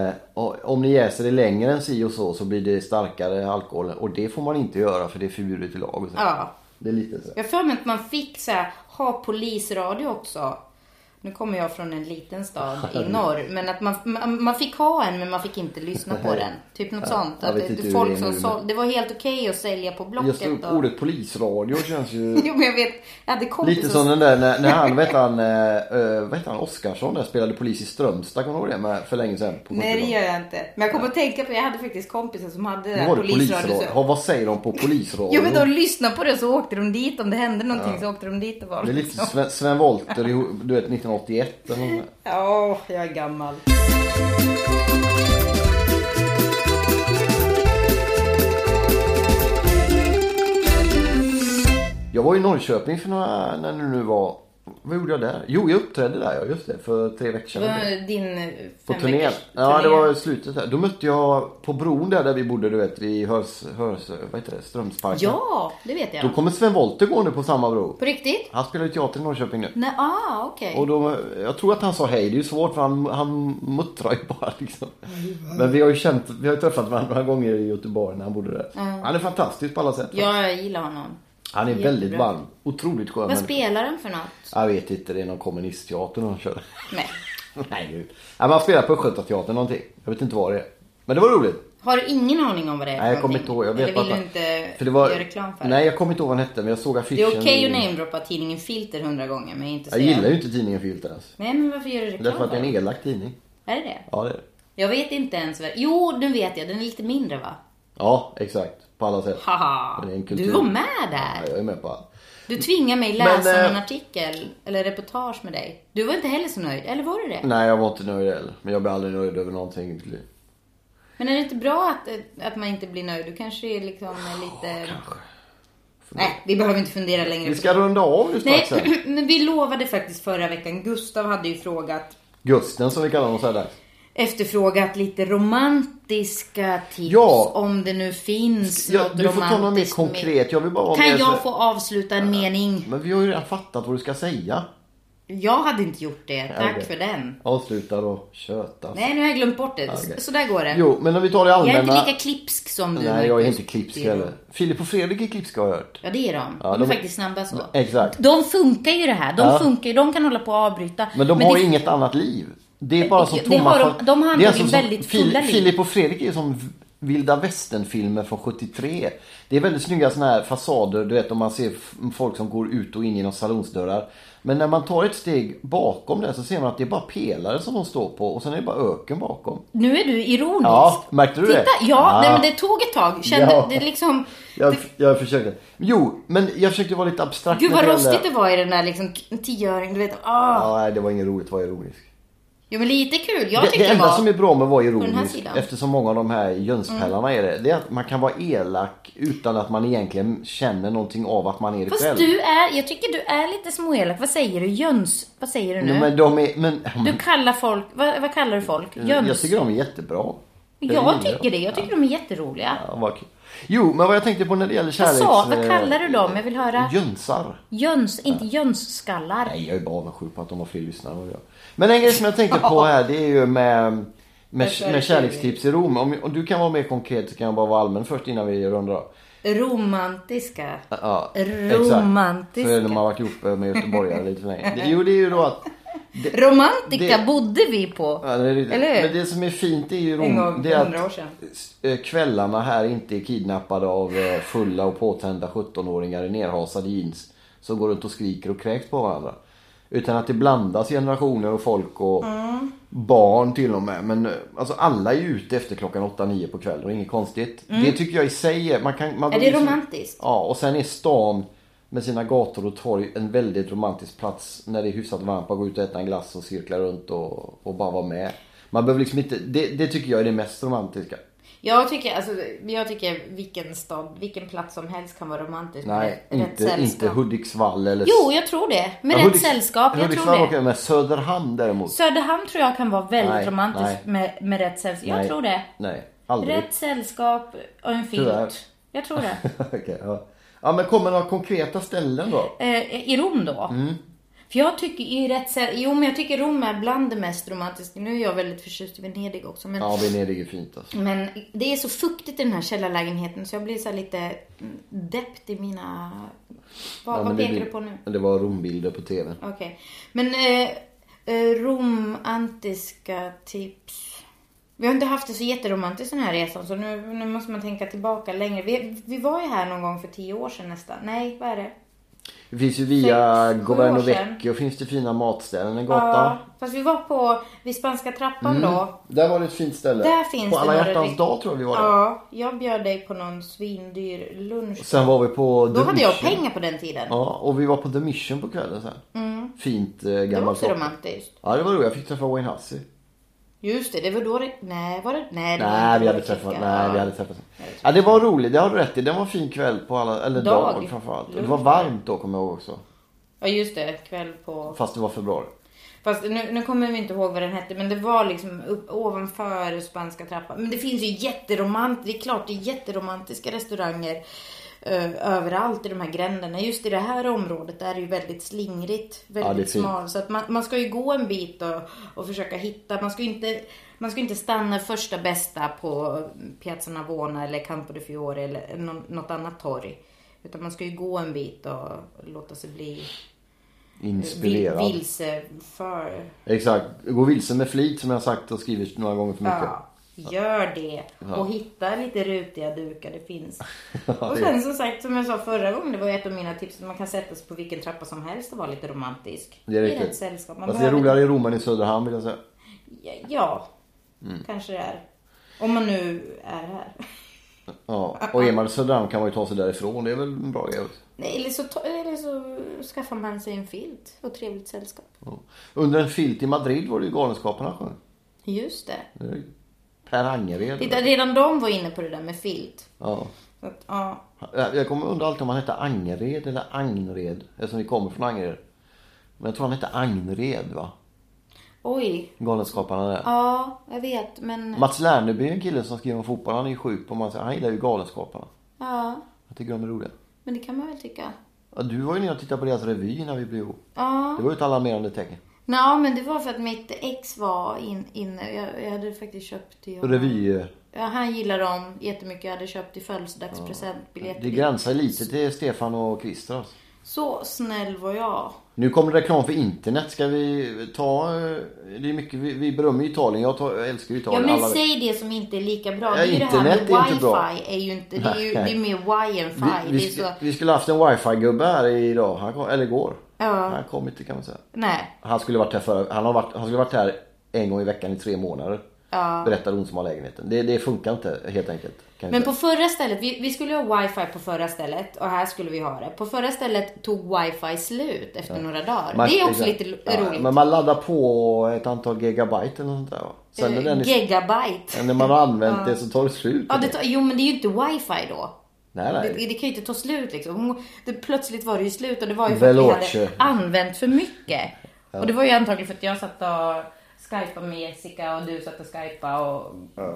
Speaker 2: eh, och- om ni jäser det längre än si och så så blir det starkare alkohol och det får man inte göra för det är förbjudet i lag. Och så.
Speaker 1: Ja.
Speaker 2: Det är lite så.
Speaker 1: Jag har för mig att man fick så här, ha polisradio också. Nu kommer jag från en liten stad i norr. Men att man, man, man fick ha en men man fick inte lyssna på den. Typ något sånt.
Speaker 2: jag
Speaker 1: Att
Speaker 2: vet
Speaker 1: det,
Speaker 2: inte
Speaker 1: det,
Speaker 2: hur det
Speaker 1: folk
Speaker 2: är
Speaker 1: som
Speaker 2: nu,
Speaker 1: såld, det var helt okej att sälja på
Speaker 2: Just
Speaker 1: Blocket.
Speaker 2: det,
Speaker 1: Och,
Speaker 2: ordet polisradio känns ju
Speaker 1: [LAUGHS] jo men jag vet. Jag hade kompis
Speaker 2: lite
Speaker 1: och-
Speaker 2: som den där när, när han, vet han, eh, eh, vad heter han, Oskarsson där spelade polis i Strömstad, kommer du ihåg det? Med, för länge sedan. På
Speaker 1: Nej det
Speaker 2: 70-talet.
Speaker 1: gör jag inte. Men jag kommer att tänka på, jag hade faktiskt kompisar som hade det
Speaker 2: Då
Speaker 1: där
Speaker 2: var det
Speaker 1: polisradio.
Speaker 2: polisradio. Ja,
Speaker 1: så-
Speaker 2: Vad säger de på polisradio?
Speaker 1: Jo men de lyssnade på det så åkte de dit. Om det hände någonting så åkte de dit och var
Speaker 2: Det är lite
Speaker 1: liksom.
Speaker 2: Sven, Sven Wollter, i- du vet 1981 eller något sånt där.
Speaker 1: Ja, jag är gammal.
Speaker 2: Jag var i Norrköping för några, när det nu var, vad gjorde jag där? Jo jag uppträdde där ja, just det, för tre veckor
Speaker 1: Det
Speaker 2: sedan.
Speaker 1: var din eh,
Speaker 2: På
Speaker 1: fem
Speaker 2: turnén.
Speaker 1: veckors
Speaker 2: Ja det
Speaker 1: turné.
Speaker 2: var i slutet där. Då mötte jag på bron där, där vi bodde du vet vid Hörs, Hörs, vad heter det? Strömsparken.
Speaker 1: Ja, det vet jag.
Speaker 2: Då kommer Sven Wollter gå nu på samma bro.
Speaker 1: På riktigt?
Speaker 2: Han spelar ju teater i Norrköping nu.
Speaker 1: Nej, ah, okej.
Speaker 2: Och då, jag tror att han sa hej. Det är ju svårt för han, han muttrar ju bara liksom. Men vi har ju känt, vi har ju träffat varandra några gånger i Göteborg när han bodde där. Han är fantastisk på alla sätt.
Speaker 1: Ja, jag gillar honom.
Speaker 2: Han är
Speaker 1: Jättebra.
Speaker 2: väldigt varm. Otroligt skön.
Speaker 1: Vad
Speaker 2: människa.
Speaker 1: spelar han för något?
Speaker 2: Jag vet inte, det är någon kommunistteater de kör. [LAUGHS]
Speaker 1: Nej.
Speaker 2: Nej gud. Nej, man spelar på Östgötateatern någonting. Jag vet inte vad det är. Men det var roligt.
Speaker 1: Har du ingen aning om vad det är för
Speaker 2: Nej jag kommer
Speaker 1: någonting?
Speaker 2: inte ihåg. Jag vet
Speaker 1: Eller vill du
Speaker 2: bara att-
Speaker 1: inte
Speaker 2: för det var-
Speaker 1: göra reklam för?
Speaker 2: Nej jag kommer inte ihåg vad den hette men jag såg affischen.
Speaker 1: Det är okej
Speaker 2: i-
Speaker 1: att namedroppa tidningen Filter hundra gånger, men inte
Speaker 2: Jag
Speaker 1: säga-
Speaker 2: gillar ju inte tidningen Filter ens.
Speaker 1: Nej, men varför gör du reklam
Speaker 2: Därför att det är en
Speaker 1: den?
Speaker 2: elak tidning.
Speaker 1: Är det det?
Speaker 2: Ja det är det.
Speaker 1: Jag vet inte ens vad... Jo, den vet jag. Den är lite mindre, va?
Speaker 2: Ja exakt. På alla sätt.
Speaker 1: Haha!
Speaker 2: Det är en kultur.
Speaker 1: Du var med
Speaker 2: Ja,
Speaker 1: där!
Speaker 2: jag är med på allt.
Speaker 1: Du tvingar mig läsa
Speaker 2: Men, eh,
Speaker 1: någon artikel eller reportage med dig. Du var inte heller så nöjd, eller var du det?
Speaker 2: Nej jag var inte nöjd heller. Men jag blir aldrig nöjd över någonting i mitt liv.
Speaker 1: Men är det inte bra att, att man inte blir nöjd? Du kanske är liksom lite...
Speaker 2: Kanske.
Speaker 1: Nej, vi behöver inte fundera längre.
Speaker 2: Vi
Speaker 1: på
Speaker 2: ska
Speaker 1: det.
Speaker 2: runda av nu strax här.
Speaker 1: Nej, [CLEARS THROAT] men vi lovade faktiskt förra veckan. Gustav hade ju frågat,
Speaker 2: Gusten som vi kallar honom så här dags.
Speaker 1: efterfrågat lite romantiska tips.
Speaker 2: Ja.
Speaker 1: Om det nu finns
Speaker 2: Ja,
Speaker 1: något
Speaker 2: du får ta något mer
Speaker 1: romantiskt med-
Speaker 2: konkret. Jag vill bara vara
Speaker 1: Kan
Speaker 2: mer så-
Speaker 1: jag få avsluta en mening?
Speaker 2: Men vi har ju redan fattat vad du ska säga.
Speaker 1: Jag hade inte gjort det. Tack
Speaker 2: okej.
Speaker 1: för den.
Speaker 2: Avsluta då. Köta.
Speaker 1: Nej, nu har jag glömt bort det.
Speaker 2: okej.
Speaker 1: Så, så där går det.
Speaker 2: Jo, men om vi tar det
Speaker 1: jag är
Speaker 2: allmänna.
Speaker 1: inte lika klipsk som du.
Speaker 2: Nej, jag är
Speaker 1: Marcus.
Speaker 2: inte klipsk
Speaker 1: Det är de.
Speaker 2: heller. Filip och Fredrik är klipska har jag hört.
Speaker 1: Ja, det är de.
Speaker 2: Ja,
Speaker 1: de,
Speaker 2: de-
Speaker 1: är faktiskt snabba så.
Speaker 2: Exakt.
Speaker 1: De funkar ju det här. De
Speaker 2: Ja.
Speaker 1: funkar ju. De kan hålla på och avbryta.
Speaker 2: Men de har
Speaker 1: det-
Speaker 2: ju inget annat liv. Det är bara som
Speaker 1: Det
Speaker 2: tomma...
Speaker 1: har de-
Speaker 2: fan-
Speaker 1: de har
Speaker 2: det är
Speaker 1: antagligen
Speaker 2: som-
Speaker 1: väldigt
Speaker 2: Fil-
Speaker 1: fulla liv.
Speaker 2: Filip och Fredrik är ju som v- vilda västern-filmer från 73. Det är väldigt snygga såna här fasader, du vet om man ser f- folk som går ut och in genom salonsdörrar. Men när man tar ett steg bakom det så ser man att det är bara pelare som de står på och sen är det bara öken bakom.
Speaker 1: Nu är du ironisk.
Speaker 2: Ja, märkte du
Speaker 1: Titta,
Speaker 2: det?
Speaker 1: Ja,
Speaker 2: Ah.
Speaker 1: nej, men det tog ett tag. Kände,
Speaker 2: Ja.
Speaker 1: det liksom,
Speaker 2: Jag,
Speaker 1: det,
Speaker 2: jag försökte. Jo, men jag försökte vara lite abstrakt.
Speaker 1: gud
Speaker 2: när
Speaker 1: vad
Speaker 2: det gäller-
Speaker 1: rostigt det var i den där liksom, k- tioöringen. Du vet, ah.
Speaker 2: Ja, nej, det var inget roligt, var ironisk.
Speaker 1: Jo men lite kul. Jag
Speaker 2: det, det
Speaker 1: tyckte det
Speaker 2: enda
Speaker 1: var...
Speaker 2: som är bra med att vara
Speaker 1: den här
Speaker 2: ironisk,
Speaker 1: sidan.
Speaker 2: eftersom många av de här jönspärlarna är det, det är att man kan vara elak utan att man egentligen känner någonting av att man är det
Speaker 1: Fast
Speaker 2: själv.
Speaker 1: du är, jag tycker du är lite småelak. Vad säger du? Jöns? Vad säger du nu?
Speaker 2: Nej, men de är, men,
Speaker 1: Du kallar folk, vad, vad kallar du folk? Jöns?
Speaker 2: jag tycker de är jättebra. Det
Speaker 1: Jag
Speaker 2: gillar
Speaker 1: tycker det. Jag tycker de är jätteroliga.
Speaker 2: Ja, vad kul. Jo, men vad jag tänkte på när det gäller
Speaker 1: Vad
Speaker 2: kärleks...
Speaker 1: sa, vad
Speaker 2: eh,
Speaker 1: kallar du dem? Jag vill höra.
Speaker 2: Jönsar.
Speaker 1: Jöns, inte jönsskallar.
Speaker 2: Nej, jag är bara avundsjuk på att de har fler lyssnare än vad jag. Men en grej som jag tänkte på här det är ju med, med,
Speaker 1: Varför är det
Speaker 2: med kärlekstips i Rom. Om, om du kan vara mer konkret så kan jag bara vara allmän först innan vi rundar av.
Speaker 1: Romantiska.
Speaker 2: Ja,
Speaker 1: Romantiska.
Speaker 2: Exakt. Så är det när man har varit ihop med göteborgare lite för länge. Det- Jo, det är ju då att... Det,
Speaker 1: Romantika
Speaker 2: Det-
Speaker 1: bodde vi på.
Speaker 2: ja, det är riktigt.
Speaker 1: Eller hur?
Speaker 2: Men det som är fint är ju
Speaker 1: En
Speaker 2: Rom,
Speaker 1: gång
Speaker 2: det är
Speaker 1: för hundra år
Speaker 2: att
Speaker 1: sedan.
Speaker 2: eh, kvällarna här inte är kidnappade av eh, fulla och påtända 17-åringar i nerhasade jeans som går runt och skriker och kräks på varandra. Utan att det blandas generationer och folk och
Speaker 1: Mm.
Speaker 2: barn till och med. Men eh, alltså alla är ju ute efter klockan 8-9 på kvällen och inget konstigt. Det tycker jag i sig är... Man kan, man
Speaker 1: Mm. Är det romantiskt?
Speaker 2: Ja, och sen är stan med sina gator och torg en väldigt romantisk plats när det är hyfsat varmt. Bara gå ut och äta en glass och cirkla runt och, och bara vara med. Man behöver liksom inte, det, det tycker jag är det mest romantiska.
Speaker 1: Jag tycker, alltså, jag tycker vilken stad, vilken plats som helst kan vara romantisk. med
Speaker 2: Nej,
Speaker 1: rätt
Speaker 2: inte,
Speaker 1: sällskap.
Speaker 2: inte Hudiksvall eller...
Speaker 1: Jo, jag tror det. Med
Speaker 2: Ja,
Speaker 1: rätt
Speaker 2: Hudiks-
Speaker 1: sällskap. Jag tror
Speaker 2: Hudiksvall
Speaker 1: det.
Speaker 2: åker jag med Söderhamn däremot.
Speaker 1: Söderhamn tror jag kan vara väldigt
Speaker 2: Nej, nej.
Speaker 1: romantiskt med, med rätt sällskap. Jag
Speaker 2: Nej,
Speaker 1: tror det.
Speaker 2: Nej, aldrig.
Speaker 1: Rätt sällskap och en filt.
Speaker 2: Tyvärr.
Speaker 1: Jag tror det.
Speaker 2: [LAUGHS] Okej, ja. ja, men kommer några konkreta ställen då?
Speaker 1: Eh, I Rom då?
Speaker 2: Mm.
Speaker 1: För jag tycker ju rätt säll... Jo, men jag tycker Rom är bland det mest romantiska. Nu är jag väldigt förtjust i Venedig också. Men,
Speaker 2: Ja, Venedig är fint alltså.
Speaker 1: men det är så fuktigt i den här källarlägenheten så jag blir så här lite mm, deppt i mina... Vad,
Speaker 2: ja, men
Speaker 1: vad
Speaker 2: det
Speaker 1: pekar
Speaker 2: blir-
Speaker 1: du på nu?
Speaker 2: Det var Rombilder på TV.
Speaker 1: Okej. Men eh, eh, romantiska tips. Vi har inte haft det så jätteromantiskt den här resan så nu, nu måste man tänka tillbaka längre. Vi, vi var ju här någon gång för tio år sedan nästan. Nej, vad är det?
Speaker 2: Det finns ju via
Speaker 1: Sex, sju
Speaker 2: Governo
Speaker 1: år sedan.
Speaker 2: Vecchio finns det fina matställen, en gata.
Speaker 1: Ja, fast vi var på vid Spanska trappan då.
Speaker 2: Där var det ett fint ställe.
Speaker 1: Där finns
Speaker 2: Mm. på
Speaker 1: det
Speaker 2: alla
Speaker 1: några
Speaker 2: hjärtans
Speaker 1: rikt-
Speaker 2: dag tror jag vi var där.
Speaker 1: Ja, jag bjöd dig på någon svindyr lunch.
Speaker 2: Sen var vi på
Speaker 1: Då
Speaker 2: The
Speaker 1: hade jag
Speaker 2: Mission.
Speaker 1: pengar på den tiden.
Speaker 2: Ja, och vi var på The Mission på kvällen sen. Fint eh, gammalt
Speaker 1: Mm. det var också
Speaker 2: slott.
Speaker 1: romantiskt.
Speaker 2: Ja, det var roligt. Jag fick träffa Wayne Hussey.
Speaker 1: Just det, det var då det... Nej, var det... Nej, det var
Speaker 2: Nej,
Speaker 1: inte
Speaker 2: vi
Speaker 1: då
Speaker 2: hade
Speaker 1: det
Speaker 2: träffat.
Speaker 1: checkade.
Speaker 2: Nej,
Speaker 1: Ja.
Speaker 2: vi hade träffat.
Speaker 1: Jag vet
Speaker 2: Ja, det var roligt. Det har du rätt i. Det var en fin kväll på alla, eller dag,
Speaker 1: Dag.
Speaker 2: framförallt. Och det
Speaker 1: Lunch.
Speaker 2: var varmt då kommer jag ihåg också.
Speaker 1: Ja, just det. Kväll på...
Speaker 2: Fast det var februari.
Speaker 1: Fast nu, nu kommer vi inte ihåg vad den hette men det var liksom upp, ovanför Spanska trappan. Men det finns ju jätteromant, det är klart det är jätteromantiska restauranger eh, överallt i de här gränderna. Just i det här området är det ju väldigt slingrigt,
Speaker 2: Ja, det är
Speaker 1: väldigt
Speaker 2: fint.
Speaker 1: smalt. Så att man, man ska ju gå en bit och, och försöka hitta. Man ska ju inte, man ska ju inte stanna första bästa på Piazza Navona eller Campo di Fiore eller någon, något annat torg. Utan man ska ju gå en bit och låta sig bli
Speaker 2: Inspirerad.
Speaker 1: vil- vilseför.
Speaker 2: Exakt. Gå vilse med flit som jag har sagt och skrivit några gånger för mycket. [LAUGHS]
Speaker 1: Ja, gör det. Och hitta lite rutiga dukar det finns. Och sen som sagt, som jag sa förra gången, det var ju ett av mina tips, att man kan sätta sig på vilken trappa som helst och vara lite romantisk.
Speaker 2: Det är
Speaker 1: I
Speaker 2: riktigt.
Speaker 1: rätt sällskap. Man
Speaker 2: Fast det är
Speaker 1: behöver-
Speaker 2: roligare i Rom än i Söderhamn vill jag säga.
Speaker 1: Ja,
Speaker 2: Mm.
Speaker 1: kanske det är. Om man nu är här.
Speaker 2: Ja. Och är man i Söderhamn kan man ju ta sig därifrån. Det är väl en bra grej också.
Speaker 1: Nej, eller, så, ta- eller så skaffar man sig en filt och trevligt sällskap.
Speaker 2: Ja. Under en filt i Madrid var det ju Galenskaparna sjöng.
Speaker 1: Just det.
Speaker 2: Det är ju Per Angered.
Speaker 1: Titta, redan de var inne på det där med filt.
Speaker 2: Ja.
Speaker 1: Så att, ja.
Speaker 2: Jag kommer undra alltid om han hette Angered eller Agnred. Eftersom vi kommer från Angered. Men jag tror han hette Agnred va?
Speaker 1: Oj.
Speaker 2: Galenskaparna där.
Speaker 1: Ja, jag vet, men...
Speaker 2: Mats Lerneby är en kille som skriver om fotboll. Han är ju sjuk på man säger. Han gillar ju Galenskaparna.
Speaker 1: Ja.
Speaker 2: Jag tycker de är roliga.
Speaker 1: Men det kan man väl tycka.
Speaker 2: Ja, du var ju nere och tittade på deras revy innan vi blev ihop.
Speaker 1: Ja.
Speaker 2: Det var ju ett alarmerande tecken.
Speaker 1: Nej, men det var för att mitt ex var in, inne. Jag, jag hade faktiskt köpt till honom.
Speaker 2: Revy... eh,
Speaker 1: Ja, han gillar dem jättemycket. Jag hade köpt i födelsedagspresent biljetter.
Speaker 2: Det gränsar lite till Stefan och Christer alltså.
Speaker 1: Så snäll var jag.
Speaker 2: Nu kommer det reklam för internet. Ska vi ta... eh, Det är mycket, vi, vi berömmer Italien. Jag, tar, jag älskar
Speaker 1: Ja
Speaker 2: Italien.
Speaker 1: men
Speaker 2: Alla-
Speaker 1: säg det som inte är lika bra.
Speaker 2: Ja,
Speaker 1: Det är ju det här med
Speaker 2: internet är inte
Speaker 1: wifi.
Speaker 2: bra.
Speaker 1: Är ju inte, det, är ju, det
Speaker 2: Nej.
Speaker 1: är mer wifi.
Speaker 2: vi,
Speaker 1: det
Speaker 2: vi,
Speaker 1: är så,
Speaker 2: sk- vi skulle haft en wifi-gubbe här idag. Han kom, eller igår.
Speaker 1: Ja.
Speaker 2: Han kom inte kan man säga.
Speaker 1: nej.
Speaker 2: Han skulle varit här för, han har varit, han skulle varit här en gång i veckan i tre månader.
Speaker 1: Ja.
Speaker 2: Berättar hon som har lägenheten. Det, det funkar inte helt enkelt. Kan
Speaker 1: Men
Speaker 2: inte.
Speaker 1: på förra stället, vi, vi skulle ha wifi på förra stället och här skulle vi ha det. På förra stället tog wifi slut efter några dagar. det är också
Speaker 2: exakt.
Speaker 1: lite
Speaker 2: Ja,
Speaker 1: roligt.
Speaker 2: Men man laddar på ett antal gigabyte eller något sånt där va? Sen när, den är,
Speaker 1: Gigabyte.
Speaker 2: när man har använt det så tar det slut.
Speaker 1: Eh, Ja, det tar, jo men det är ju inte wifi då.
Speaker 2: nej,
Speaker 1: Det,
Speaker 2: nej.
Speaker 1: det kan ju inte ta slut liksom. Det, plötsligt var det ju slut och det var ju för att vi
Speaker 2: Veloce.
Speaker 1: hade använt för mycket. Och det var ju antagligen för att jag satt och skypade med Jessica och du satt och skypade och,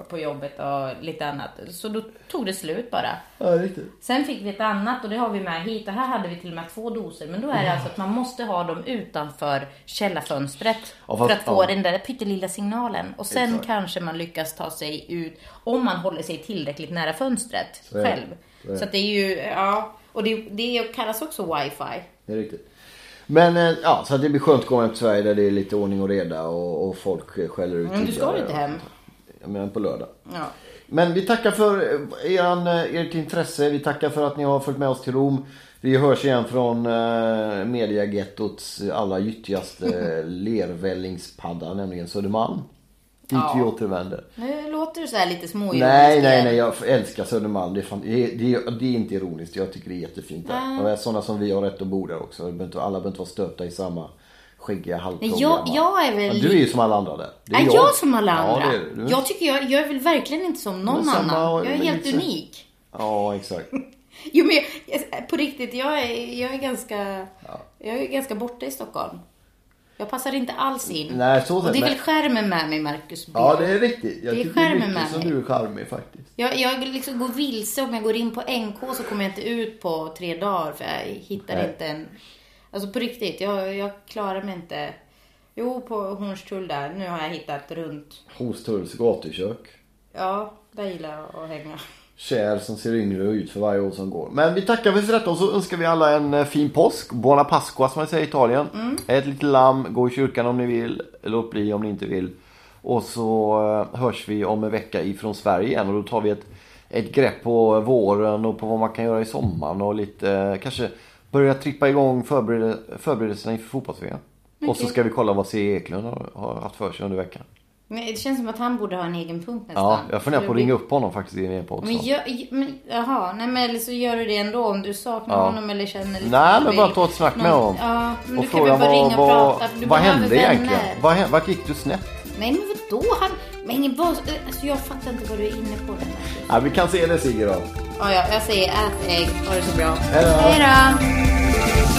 Speaker 1: på jobbet och lite annat. Så då tog det slut bara.
Speaker 2: Ja, riktigt.
Speaker 1: Sen fick vi ett annat och det har vi med hit och här hade vi till och med två doser. Men då är
Speaker 2: Mm.
Speaker 1: det alltså att man måste ha dem utanför källarfönstret
Speaker 2: Ja, fast-
Speaker 1: för att få
Speaker 2: ja.
Speaker 1: den där pyttelilla signalen. Och sen
Speaker 2: Exakt.
Speaker 1: kanske man lyckas ta sig ut om man håller sig tillräckligt nära fönstret
Speaker 2: är det.
Speaker 1: själv.
Speaker 2: Så är
Speaker 1: Så att det är ju, ja. Och det, det kallas också wifi.
Speaker 2: Det är riktigt. Men eh, ja, så att det blir skönt att komma hem till Sverige där det är lite ordning och reda och, och folk eh, skäller ut
Speaker 1: Men Mm, du ska
Speaker 2: tiggare
Speaker 1: inte
Speaker 2: och-
Speaker 1: hem.
Speaker 2: Jag menar på lördag.
Speaker 1: Ja.
Speaker 2: Men vi tackar för eh, eran, eh, ert intresse. Vi tackar för att ni har följt med oss till Rom. Vi hörs igen från eh, mediagettots allra gyttigaste
Speaker 1: [LAUGHS]
Speaker 2: eh, lervällingspadda, nämligen Södermalm. Dit vi återvänder.
Speaker 1: Nu låter du så här lite småironiskt
Speaker 2: Nej, nej,
Speaker 1: igen.
Speaker 2: nej. Jag älskar Södermalm. Det är, fan, det, är- det, är- det är inte ironiskt. Jag tycker det är jättefint där. Och sådana som vi har rätt att bo där också. Det behöver inte- Alla behöver inte vara stöpta i samma skäggiga halvtång.
Speaker 1: Nej, jag- jag är väl
Speaker 2: Ja, du är ju som alla andra där. Det
Speaker 1: Är jag, som alla andra?
Speaker 2: Ja, det är du. du. är-
Speaker 1: Jag tycker jag, jag är väl verkligen inte som någon
Speaker 2: Men samma-
Speaker 1: annan. Jag är
Speaker 2: men
Speaker 1: helt
Speaker 2: lite-
Speaker 1: unik.
Speaker 2: Ja, exakt.
Speaker 1: Jo men jag, på riktigt, jag är, jag är ganska Jag är ganska borta i Stockholm. Jag passar inte alls in.
Speaker 2: Nej, så
Speaker 1: och det är
Speaker 2: men-
Speaker 1: väl skärmen med mig, Marcus Birro.
Speaker 2: Ja, det är riktigt. Jag
Speaker 1: Det är
Speaker 2: tycker det är
Speaker 1: skärmen med
Speaker 2: mycket som
Speaker 1: mig.
Speaker 2: du är charmig faktiskt.
Speaker 1: Jag, jag liksom går vilse. Om jag går in på NK så kommer jag inte ut på tre dagar för jag hittar
Speaker 2: Nej.
Speaker 1: inte en... Alltså på riktigt, jag, jag klarar mig inte. Jo, på Hornstull där. Nu har jag hittat runt.
Speaker 2: Hos Tulls gatukök.
Speaker 1: Ja, där gillar jag att hänga.
Speaker 2: Kär som ser yngre ut för varje år som går. Men vi tackar väl för detta och så önskar vi alla en eh, fin påsk. Buona Pasqua som man säger i Italien.
Speaker 1: Mm.
Speaker 2: Ät lite lamm, gå i kyrkan om ni vill. Låt bli om ni inte vill. Och så eh, hörs vi om en vecka ifrån Sverige igen och då tar vi ett, ett grepp på våren och på vad man kan göra i sommaren och lite eh, kanske börja trippa igång förbered förberedelserna inför fotbolls Och så ska vi kolla vad C.E. Eklund har, har haft för sig under veckan.
Speaker 1: Men det känns som att han borde ha en egen punkt nästan.
Speaker 2: Ja, jag funderar
Speaker 1: Så
Speaker 2: på
Speaker 1: det blir-
Speaker 2: att ringa upp honom faktiskt i en podd.
Speaker 1: Men,
Speaker 2: snart.
Speaker 1: jag, men jaha, nej men eller så gör du det ändå om du saknar
Speaker 2: Ja.
Speaker 1: honom eller känner lite
Speaker 2: Nej,
Speaker 1: du
Speaker 2: men
Speaker 1: vill.
Speaker 2: bara ta ett snack med
Speaker 1: Någon-
Speaker 2: honom.
Speaker 1: Ja, men
Speaker 2: och
Speaker 1: du kan väl bara ringa och prata. Du
Speaker 2: vad
Speaker 1: behöver
Speaker 2: hände
Speaker 1: vänner.
Speaker 2: egentligen? Vad, hä- vart gick du snett?
Speaker 1: Nej men vadå? Han, men vad, alltså jag fattar inte vad du är inne på. Den här.
Speaker 2: Ja, vi kan se det Sigge då.
Speaker 1: Ja, ja, jag säger ät ägg, ha det så bra.
Speaker 2: Hej då.
Speaker 1: Hej då!